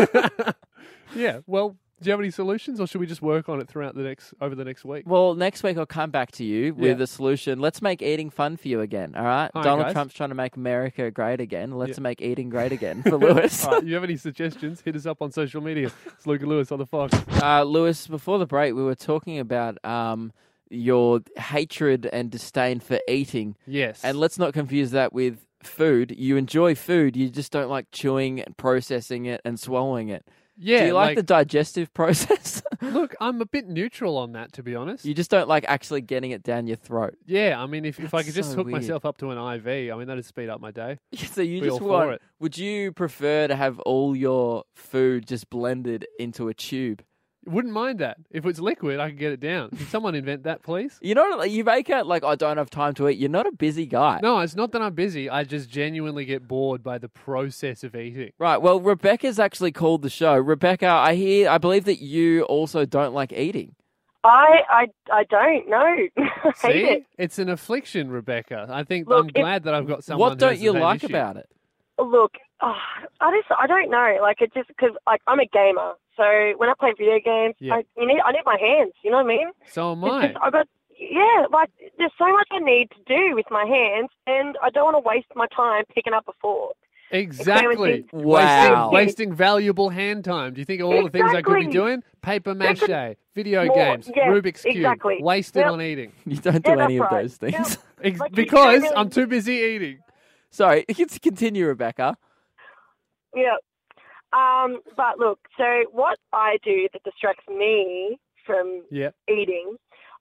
S3: yeah. Well, do you have any solutions or should we just work on it throughout the next over the next week?
S4: well, next week I'll come back to you with a solution. Let's make eating fun for you again. All right,
S3: All right,
S4: Donald
S3: guys.
S4: Trump's trying to make America great again. Let's
S3: Yeah.
S4: make eating great again for Lewis.
S3: All right, you have any suggestions? Hit us up on social media. It's Luke and Lewis on the Fox.
S4: Uh, Lewis, before the break, we were talking about um, your hatred and disdain for eating.
S3: Yes.
S4: And let's not confuse that with food. You enjoy food, you just don't like chewing and processing it and swallowing it.
S3: yeah,
S4: Do you like, the digestive process?
S3: Look, I'm a bit neutral on that, to be honest.
S4: You just don't like actually getting it down your throat.
S3: yeah, I mean, if, if I
S4: That's
S3: could just
S4: so
S3: hook
S4: weird.
S3: myself up to an IV, I mean, that'd speed up my day.
S4: so you
S3: Be
S4: just
S3: all for
S4: want?
S3: it.
S4: Would you prefer to have all your food just blended into a tube?
S3: Wouldn't mind that. If it's liquid, I can get it down. Can someone invent that, please?
S4: You know, like, you make out like I don't have time to eat. You're not a busy guy.
S3: No, it's not that I'm busy. I just genuinely get bored by the process of eating.
S4: Right. Well, Rebecca's actually called the show. Rebecca, I hear, I believe that you also don't like eating.
S8: I, I, I don't know. I
S3: See,
S8: hate it.
S3: it's an affliction, Rebecca. I think
S8: Look,
S3: I'm
S8: if-
S3: glad that I've got someone.
S4: what
S3: who
S4: don't
S3: has the
S4: you
S3: same
S4: like
S3: issue.
S4: about it?
S8: Look, oh, I just, I don't know. Like it just because like I'm a gamer, so when I play video games,
S3: Yeah.
S8: I you need, I need my hands. You know what I mean?
S3: So am
S8: It's
S3: I.
S8: just, I got yeah. Like there's so much I need to do with my hands, and I don't want to waste my time picking up a fork.
S3: Exactly.
S8: experiment
S4: Wow.
S3: Wasting, wasting valuable hand time. Do you think of all the things I could be
S8: Exactly.
S3: doing? Paper
S8: There could-
S3: mache, video
S8: More-
S3: games,
S8: yes,
S3: Rubik's Cube,
S8: exactly.
S3: wasted
S8: Yep.
S3: on eating.
S4: You don't
S8: Yeah,
S4: do any
S8: that's
S4: of
S8: right.
S4: those things.
S8: Yeah.
S3: Ex-
S8: Like, you
S3: because
S8: genuinely-
S3: I'm too busy eating.
S4: Sorry, let's continue, Rebecca.
S8: Yeah. Um, but look, so what I do that distracts me from
S3: Yep.
S8: eating,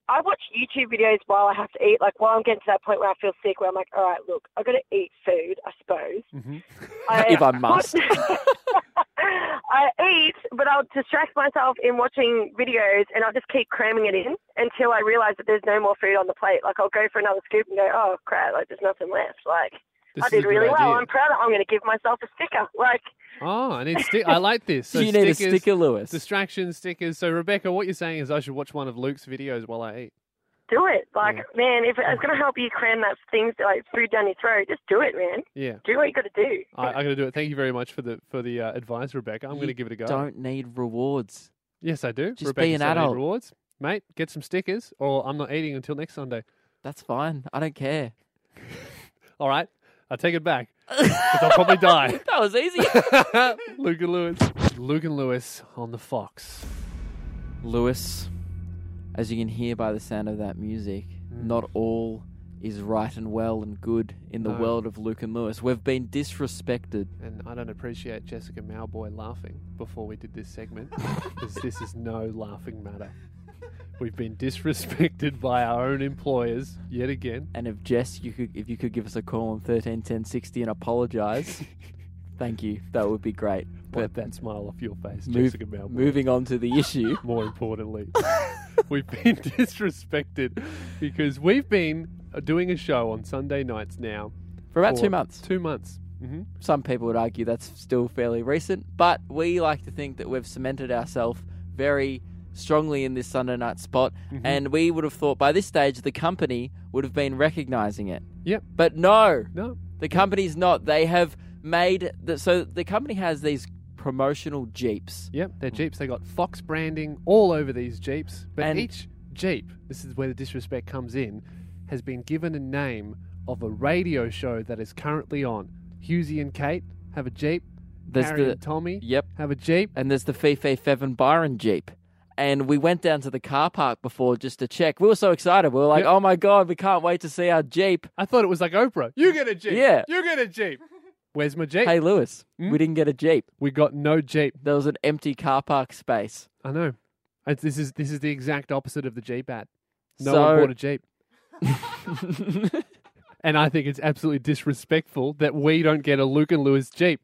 S8: I watch YouTube videos while I have to eat, like while I'm getting to that point where I feel sick, where I'm like, all right, look, I've got to eat food, I suppose.
S3: Mhm.
S8: I,
S4: If I must.
S8: I eat, but I'll distract myself in watching videos and I'll just keep cramming it in until I realise that there's no more food on the plate. Like I'll go for another scoop and go, oh crap, like there's nothing left. Like
S3: This
S8: I
S3: is a
S8: did
S3: good
S8: really well.
S3: idea.
S8: I'm proud. I'm going to give myself a sticker. Like
S3: Oh, I need stick. I like this. So
S4: you need a
S3: stickers,
S4: sticker, Lewis.
S3: Distraction stickers. So Rebecca, what you're saying is I should watch one of Luke's videos while I eat.
S8: do it. Like, man, if it's going to help you cram that things like food down your throat, just do it, man.
S3: Yeah,
S8: Do what you got to do.
S3: I, I'm gonna do it. Thank you very much for the for the uh, advice, Rebecca. I'm
S4: You
S3: gonna give it a go.
S4: Don't need rewards.
S3: Yes, I do.
S4: Just be an
S3: said I need
S4: adult.
S3: Rewards, mate. Get some stickers, or I'm not eating until next Sunday.
S4: That's fine. I don't care.
S3: All right, I take it back. 'cause I'll probably die.
S4: That was easy.
S3: Luke and Lewis. Luke and Lewis on the Fox.
S4: Lewis, as you can hear by the sound of that music,
S3: Mm.
S4: not all is right and well and good in the
S3: No.
S4: world of Luke and Lewis. We've been disrespected.
S3: And I don't appreciate Jessica Malboy laughing before we did this segment, because this is no laughing matter. We've been disrespected by our own employers yet again.
S4: And if Jess, you could, if you could give us a call on thirteen ten sixty and apologise, thank you. That would be great.
S3: Wipe
S4: But
S3: that smile off your face,
S4: move-
S3: Jessica Malboy.
S4: moving on to the issue.
S3: more importantly. we've been disrespected because we've been uh, doing a show on Sunday nights now.
S4: For about
S3: for
S4: two months,
S3: Two months. hmm
S4: some people would argue that's still fairly recent, but we like to think that we've cemented ourselves very strongly in this Sunday night spot, and we would have thought by this stage the company would have been recognising it.
S3: Yep.
S4: But no,
S3: No.
S4: the company's not. They have made the, so the company has these promotional jeeps.
S3: Yep. They're Jeeps. They got Fox branding all over these Jeeps. But
S4: And-
S3: each Jeep, this is where the disrespect comes in, has been given a name of a radio show that is currently on. Husey and Kate have a Jeep.
S4: There's
S3: Harry
S4: the-
S3: and Tommy
S4: Yep.
S3: have a Jeep.
S4: and there's the Fife Fevin Byron Jeep. And we went down to the car park before just to check. We were so excited. We were like,
S3: Yep.
S4: oh my God, we can't wait to see our Jeep.
S3: I thought it was like Oprah. You get a Jeep.
S4: Yeah.
S3: You get a Jeep. Where's my Jeep?
S4: Hey, Lewis, we didn't get a Jeep.
S3: We got no Jeep.
S4: There was an empty car park space.
S3: I know. I, this is this is the exact opposite of the Jeep ad. No
S4: So-
S3: one bought a Jeep. and I think it's absolutely disrespectful that we don't get a Luke and Lewis Jeep.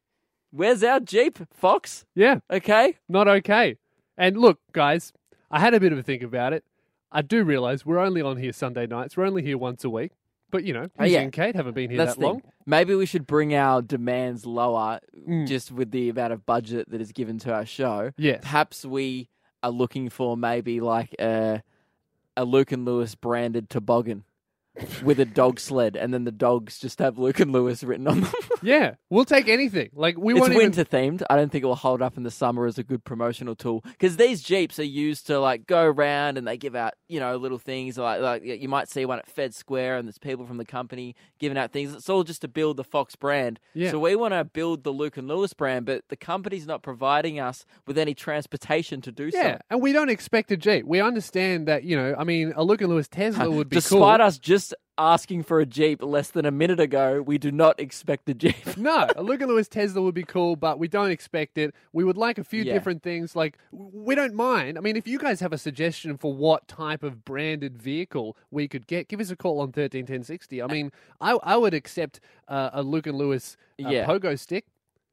S4: Where's our Jeep, Fox?
S3: Yeah,
S4: Okay.
S3: not okay. And look, guys, I had a bit of a think about it. I do realize we're only on here Sunday nights. We're only here once a week. But you know,
S4: Oh,
S3: Lucy
S4: yeah.
S3: and Kate haven't been here
S4: That's
S3: that
S4: the
S3: long. Mm.
S4: thing. Maybe we should bring our demands lower just with the amount of budget that is given to our show.
S3: Yes.
S4: Perhaps we are looking for maybe like a, a Luke and Lewis branded toboggan with a dog sled, and then the dogs just have Luke and Lewis written on them.
S3: Yeah, we'll take anything. Like we
S4: it's
S3: won't even
S4: winter themed. I don't think it will hold up in the summer as a good promotional tool because these jeeps are used to like go around and they give out you know little things like like y- you might see one at Fed Square and there's people from the company giving out things. It's all just to build the Fox brand.
S3: Yeah.
S4: So we want to build the Luke and Lewis brand, but the company's not providing us with any transportation to do
S3: Yeah,
S4: so.
S3: and we don't expect a Jeep. We understand that, you know, I mean, a Luke and Lewis Tesla would be
S4: Despite
S3: cool.
S4: us just us asking for a Jeep less than a minute ago, we do not expect the Jeep.
S3: No, a Luca Lewis Tesla would be cool, but we don't expect it. We would like a few
S4: Yeah.
S3: different things. Like, w- we don't mind. I mean, if you guys have a suggestion for what type of branded vehicle we could get, give us a call on 131060.
S4: Uh,
S3: I mean, I, I would accept uh, a Luca Lewis uh,
S4: Yeah.
S3: pogo stick.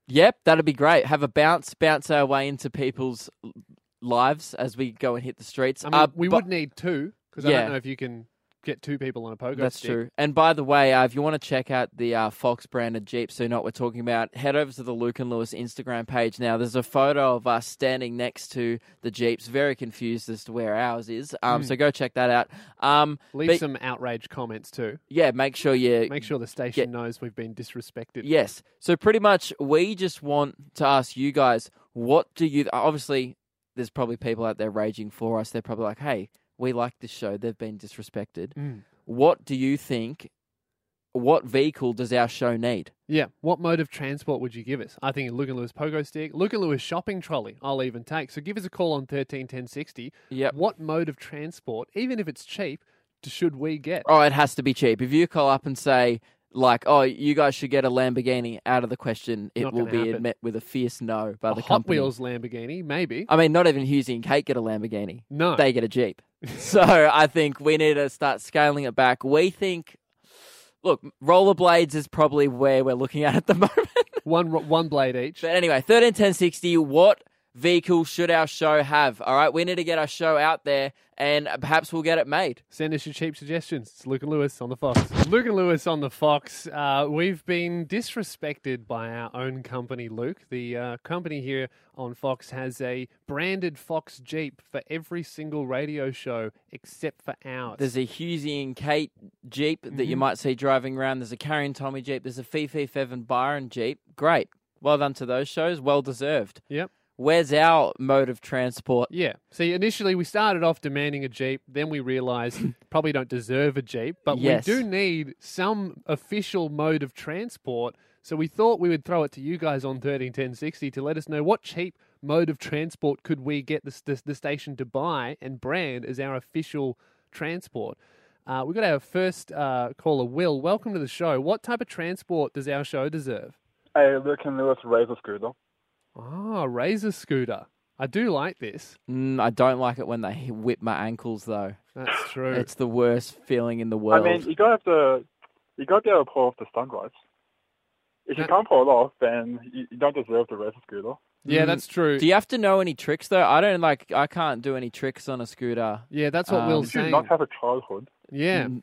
S4: Yep, that'd be great. Have a bounce, bounce our way into people's l- lives as we go and hit the streets.
S3: I mean,
S4: Uh,
S3: we
S4: bu-
S3: would need two, because I
S4: Yeah.
S3: don't know if you can get two people on a pogo
S4: That's
S3: stick.
S4: true. And by the way, uh, if you want to check out the uh, Fox branded Jeep, so you know what we're talking about, head over to the Luke and Lewis Instagram page now. There's a photo of us standing next to the Jeeps, very confused as to where ours is. Um, So go check that out. Um,
S3: Hmm. Leave
S4: but-
S3: some outrage comments too.
S4: yeah, make sure you
S3: Make sure the station knows we've been disrespected.
S4: Yes. So pretty much, we just want to ask you guys, what do you? Obviously, there's probably people out there raging for us. They're probably like, "Hey, we like this show. They've been disrespected.
S3: Mm.
S4: What do you think? What vehicle does our show need?
S3: Yeah. What mode of transport would you give us? I think a Luke and Lewis pogo stick, Luke and Lewis shopping trolley. I'll even take. So give us a call on thirteen ten sixty.
S4: Yep.
S3: What mode of transport, even if it's cheap, d- should we get?
S4: Oh, it has to be cheap. If you call up and say." Like, oh, you guys should get a Lamborghini out of the question. It
S3: Not
S4: will
S3: gonna
S4: be
S3: happen.
S4: met with a fierce no by
S3: a
S4: the
S3: Hot
S4: company.
S3: Wheels Lamborghini, maybe.
S4: I mean, not even Husey and Kate get a Lamborghini.
S3: No.
S4: They get a Jeep. so I think we need to start scaling it back. We think, look, rollerblades is probably where we're looking at at the moment.
S3: one ro- one blade each.
S4: but anyway, 13, 10, 60, what vehicle should our show have? All right, we need to get our show out there and perhaps we'll get it made.
S3: Send us your cheap suggestions. It's Luke and Lewis on the Fox. Luke and Lewis on the Fox. Uh, we've been disrespected by our own company, Luke. The uh, company here on Fox has a branded Fox Jeep for every single radio show except for ours.
S4: There's a Husey and Kate Jeep that you might see driving around. There's a Carrie and Tommy Jeep. There's a Fifi, Fev and Byron Jeep. Great. Well done to those shows. Well deserved.
S3: yep.
S4: Where's our mode of transport?
S3: Yeah. See, initially we started off demanding a Jeep, then we realized probably don't deserve a Jeep, but
S4: Yes.
S3: we do need some official mode of transport. So we thought we would throw it to you guys on 131060 to let us know what cheap mode of transport could we get the, the, the station to buy and brand as our official transport. Uh, we've got our first uh, caller, Will. Welcome to the show. What type of transport does our show deserve?
S9: Hey, Luke and Lewis Razor Scooter.
S3: Ah, Razor Scooter. I do like this.
S4: Mm, I don't like it when they hi- whip my ankles, though.
S3: That's true.
S4: It's the worst feeling in the world.
S9: I mean, you gotta have to, you gotta be able to pull off the sunrise. If you
S3: Yeah.
S9: can't pull it off, then you, you don't deserve the Razor Scooter.
S3: yeah,
S4: Mm.
S3: that's true.
S4: do you have to know any tricks though? I don't like. I can't do any tricks on a scooter.
S3: Yeah, that's what
S4: Um,
S3: Will's
S9: Did you
S3: saying.
S9: not have a childhood?
S3: yeah,
S4: Mm.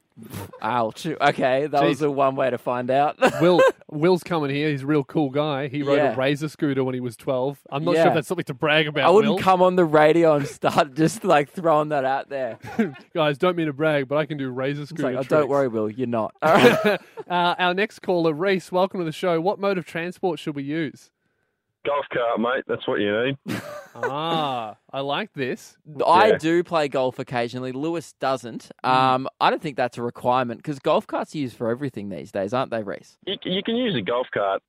S4: Ouch. Okay, that was
S3: Jeez.
S4: the one way to find out.
S3: Will Will's coming here. He's a real cool guy. He rode
S4: Yeah.
S3: a razor scooter when he was twelve. I'm not sure
S4: Yeah.
S3: if that's something to brag about.
S4: I wouldn't
S3: Will.
S4: come on the radio and start just like throwing that out there.
S3: guys. Don't mean to brag, but I can do razor
S4: It's
S3: scooter.
S4: like, oh,
S3: tricks.
S4: don't worry, Will. You're not. All right.
S3: Uh, our next caller, Reese. Welcome to the show. What mode of transport should we use?
S10: Golf cart, mate. That's what you need.
S3: ah, I like this.
S4: I
S10: Yeah.
S4: do play golf occasionally. Lewis doesn't.
S3: Mm.
S4: Um, I don't think that's a requirement because golf carts are used for everything these days, aren't they, Reese?
S10: You, you can use a golf cart.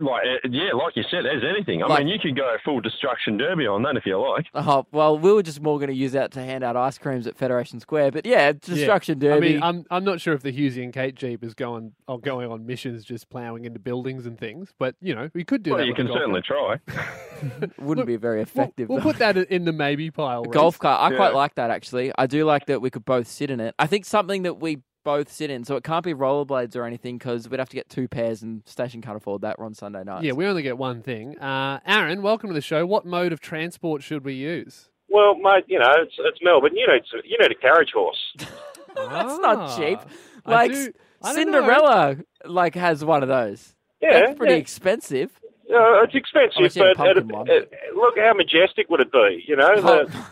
S10: uh, Like uh, yeah, like you said, as anything. I
S4: Like-
S10: mean, you could go full destruction derby on that if you like.
S4: Oh well, we were just more going to use that to hand out ice creams at Federation Square, but yeah, destruction
S3: I
S4: derby.
S3: mean, I'm I'm not sure if the Husey and Kate Jeep is going or going on missions, just plowing into buildings and things. But you know, we could do
S10: Well,
S3: that.
S10: you
S3: with
S10: can
S3: a golf
S10: certainly
S3: cart.
S10: try.
S4: Wouldn't
S3: look,
S4: be very effective.
S3: We'll,
S4: though.
S3: we'll put that in the maybe pile. Reese.
S4: golf cart. I
S10: Yeah.
S4: quite like that actually. I do like that we could both sit in it. I think something that we both sit in, so it can't be rollerblades or anything because we'd have to get two pairs, and station can't afford that. We're on Sunday nights.
S3: Yeah, we only get one thing. Uh, Aaron, welcome to the show. What mode of transport should we use?
S11: Well, mate, you know it's, it's Melbourne. You need some, you need a carriage horse.
S4: that's not cheap.
S3: Ah, I
S4: Like
S3: do-
S4: S-
S3: I don't know.
S4: Cinderella, like has one of those.
S11: Yeah,
S4: that's pretty
S11: yeah.
S4: expensive.
S11: Uh,
S4: I've
S11: it's expensive,
S4: seen a
S11: but at a-
S4: pumpkin one.
S11: uh, look how majestic would it be? You know, the,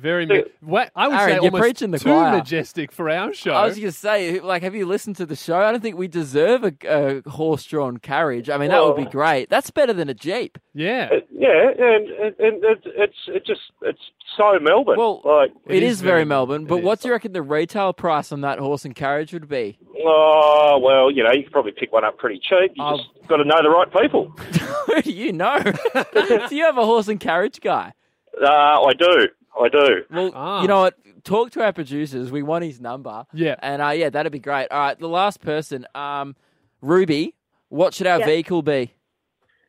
S3: Very. Ma- what I would
S4: Aaron,
S3: say
S4: you're
S3: almost
S4: preaching the
S3: too
S4: choir.
S3: majestic for our show.
S4: I was going to say, like, have you listened to the show? I don't think we deserve a, a horse-drawn carriage. I mean, that would be
S11: Well-
S4: great. That's better than a jeep.
S3: yeah,
S11: uh, yeah, and, and, and it, it's it's just it's so Melbourne.
S4: Well,
S11: like
S4: it is, very Melbourne.
S3: it
S4: But what
S3: is.
S4: do you reckon the retail price on that horse and carriage would be?
S11: oh well, you know you could probably pick one up pretty cheap. You
S4: I'll-
S11: just got to know the right people.
S4: Who do you know? do you have a horse and carriage guy?
S11: Uh, I do. I do.
S4: Well, You know what? Talk to our producers. We want his number.
S3: Ah. Yeah.
S4: And uh, yeah, that'd be great. All right, the last person, um, Ruby. What should our
S12: Yeah.
S4: vehicle be?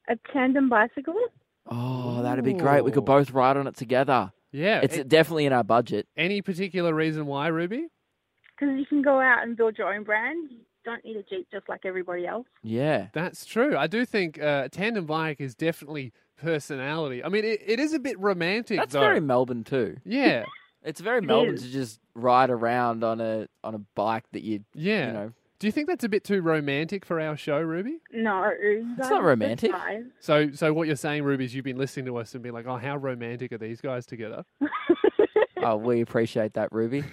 S12: A tandem bicycle?
S4: Oh, that'd be great. We could both ride on it together.
S3: Yeah.
S4: It's
S3: It-
S4: definitely in our budget.
S3: Any particular reason why, Ruby?
S12: Because you can go out and build your own brand. You don't need a Jeep just like everybody else.
S4: Yeah.
S3: That's true. I do think uh, tandem bike is definitely personality. I mean, it, it is a bit romantic,
S4: That's
S3: though.
S4: very Melbourne too.
S3: Yeah.
S4: It's very
S3: It
S4: Melbourne
S3: is.
S4: to just ride around on a on a bike that you
S3: Yeah.
S4: you know
S3: Do you think that's a bit too romantic for our show, Ruby?
S12: No, it's
S4: not romantic.
S3: So, so what you're saying, Ruby, is you've been listening to us and been like, "Oh, how romantic are these guys together?"
S4: oh, we appreciate that, Ruby.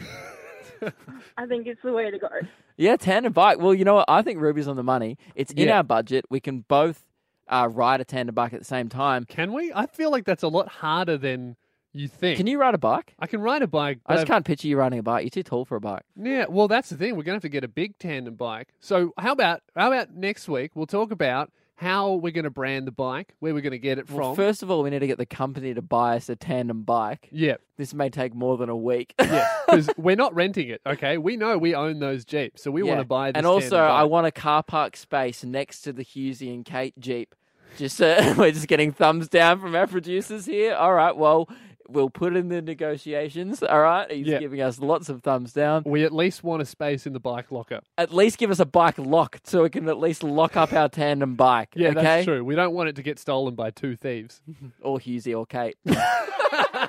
S12: I think it's the way to go.
S4: Yeah, tandem bike. Well, you know what? I think Ruby's on the money. It's in
S3: Yeah.
S4: our budget. We can both uh, ride a tandem bike at the same time.
S3: Can we? I feel like that's a lot harder than you think.
S4: Can you ride a bike?
S3: I can ride a bike.
S4: I
S3: but
S4: just
S3: I've-
S4: can't picture you riding a bike. You're too tall for a bike.
S3: Yeah, well, that's the thing. We're gonna have to get a big tandem bike. So, how about how about next week? We'll talk about how we're gonna brand the bike, where we're gonna get it
S4: Well,
S3: from.
S4: first of all, we need to get the company to buy us a tandem bike.
S3: Yeah.
S4: This may take more than a week.
S3: because we're not renting it. Okay, we know we own those jeeps, so we want
S4: Yeah.
S3: to buy. This
S4: And also,
S3: tandem bike.
S4: I want a car park space next to the Husey and Kate Jeep. Just uh, we're just getting thumbs down from our producers here. All right, well, we'll put in the negotiations. All right, he's
S3: Yeah.
S4: giving us lots of thumbs down.
S3: We at least want a space in the bike locker.
S4: At least give us a bike lock so we can at least lock up our tandem bike.
S3: Yeah,
S4: okay?
S3: that's true. We don't want it to get stolen by two thieves.
S4: Or Husey or Kate.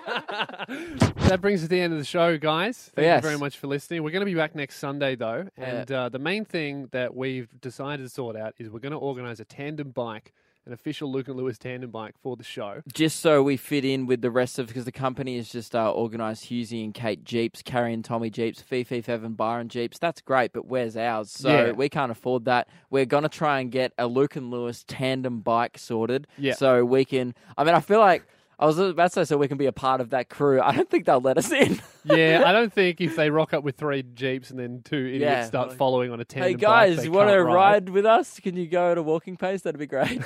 S3: that brings us to the end of the show, guys. Thank
S4: Yes.
S3: you very much for listening. We're going to be back next Sunday, though. And uh, the main thing that we've decided to sort out is we're going to organise a tandem bike, an official Luke and Lewis tandem bike for the show.
S4: just so we fit in with the rest of because the company is just uh, organised Husey and Kate Jeeps, Carrie and Tommy Jeeps, Fifi, Fev and Byron Jeeps. That's great, but where's ours? So
S3: Yeah.
S4: we can't afford that. We're gonna try and get a Luke and Lewis tandem bike sorted.
S3: Yeah.
S4: So we can. I mean, I feel like I was about to say so we can be a part of that crew. I don't think they'll let us in.
S3: yeah, I don't think if they rock up with three Jeeps and then two idiots
S4: Yeah.
S3: start following on a tandem
S4: hey
S3: bike,
S4: guys,
S3: they
S4: want to
S3: can't
S4: ride with us? Can you go at a walking pace? That'd be great.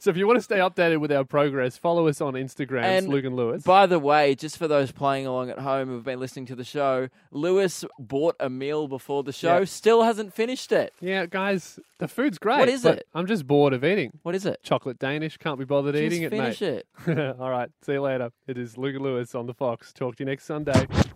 S3: So if you want to stay updated with our progress, follow us on Instagram, it's
S4: And
S3: Luke and Lewis.
S4: By the way, just for those playing along at home who've been listening to the show, Lewis bought a meal before the show.
S3: Yeah.
S4: Still hasn't finished it.
S3: Yeah, guys, the food's great.
S4: What is
S3: but
S4: it?
S3: I'm just bored of eating.
S4: What is it?
S3: Chocolate Danish. Can't be bothered
S4: Just
S3: eating it,
S4: finish
S3: mate. All right. See you later. It is Luke and Lewis on the Fox. Talk to you next Sunday.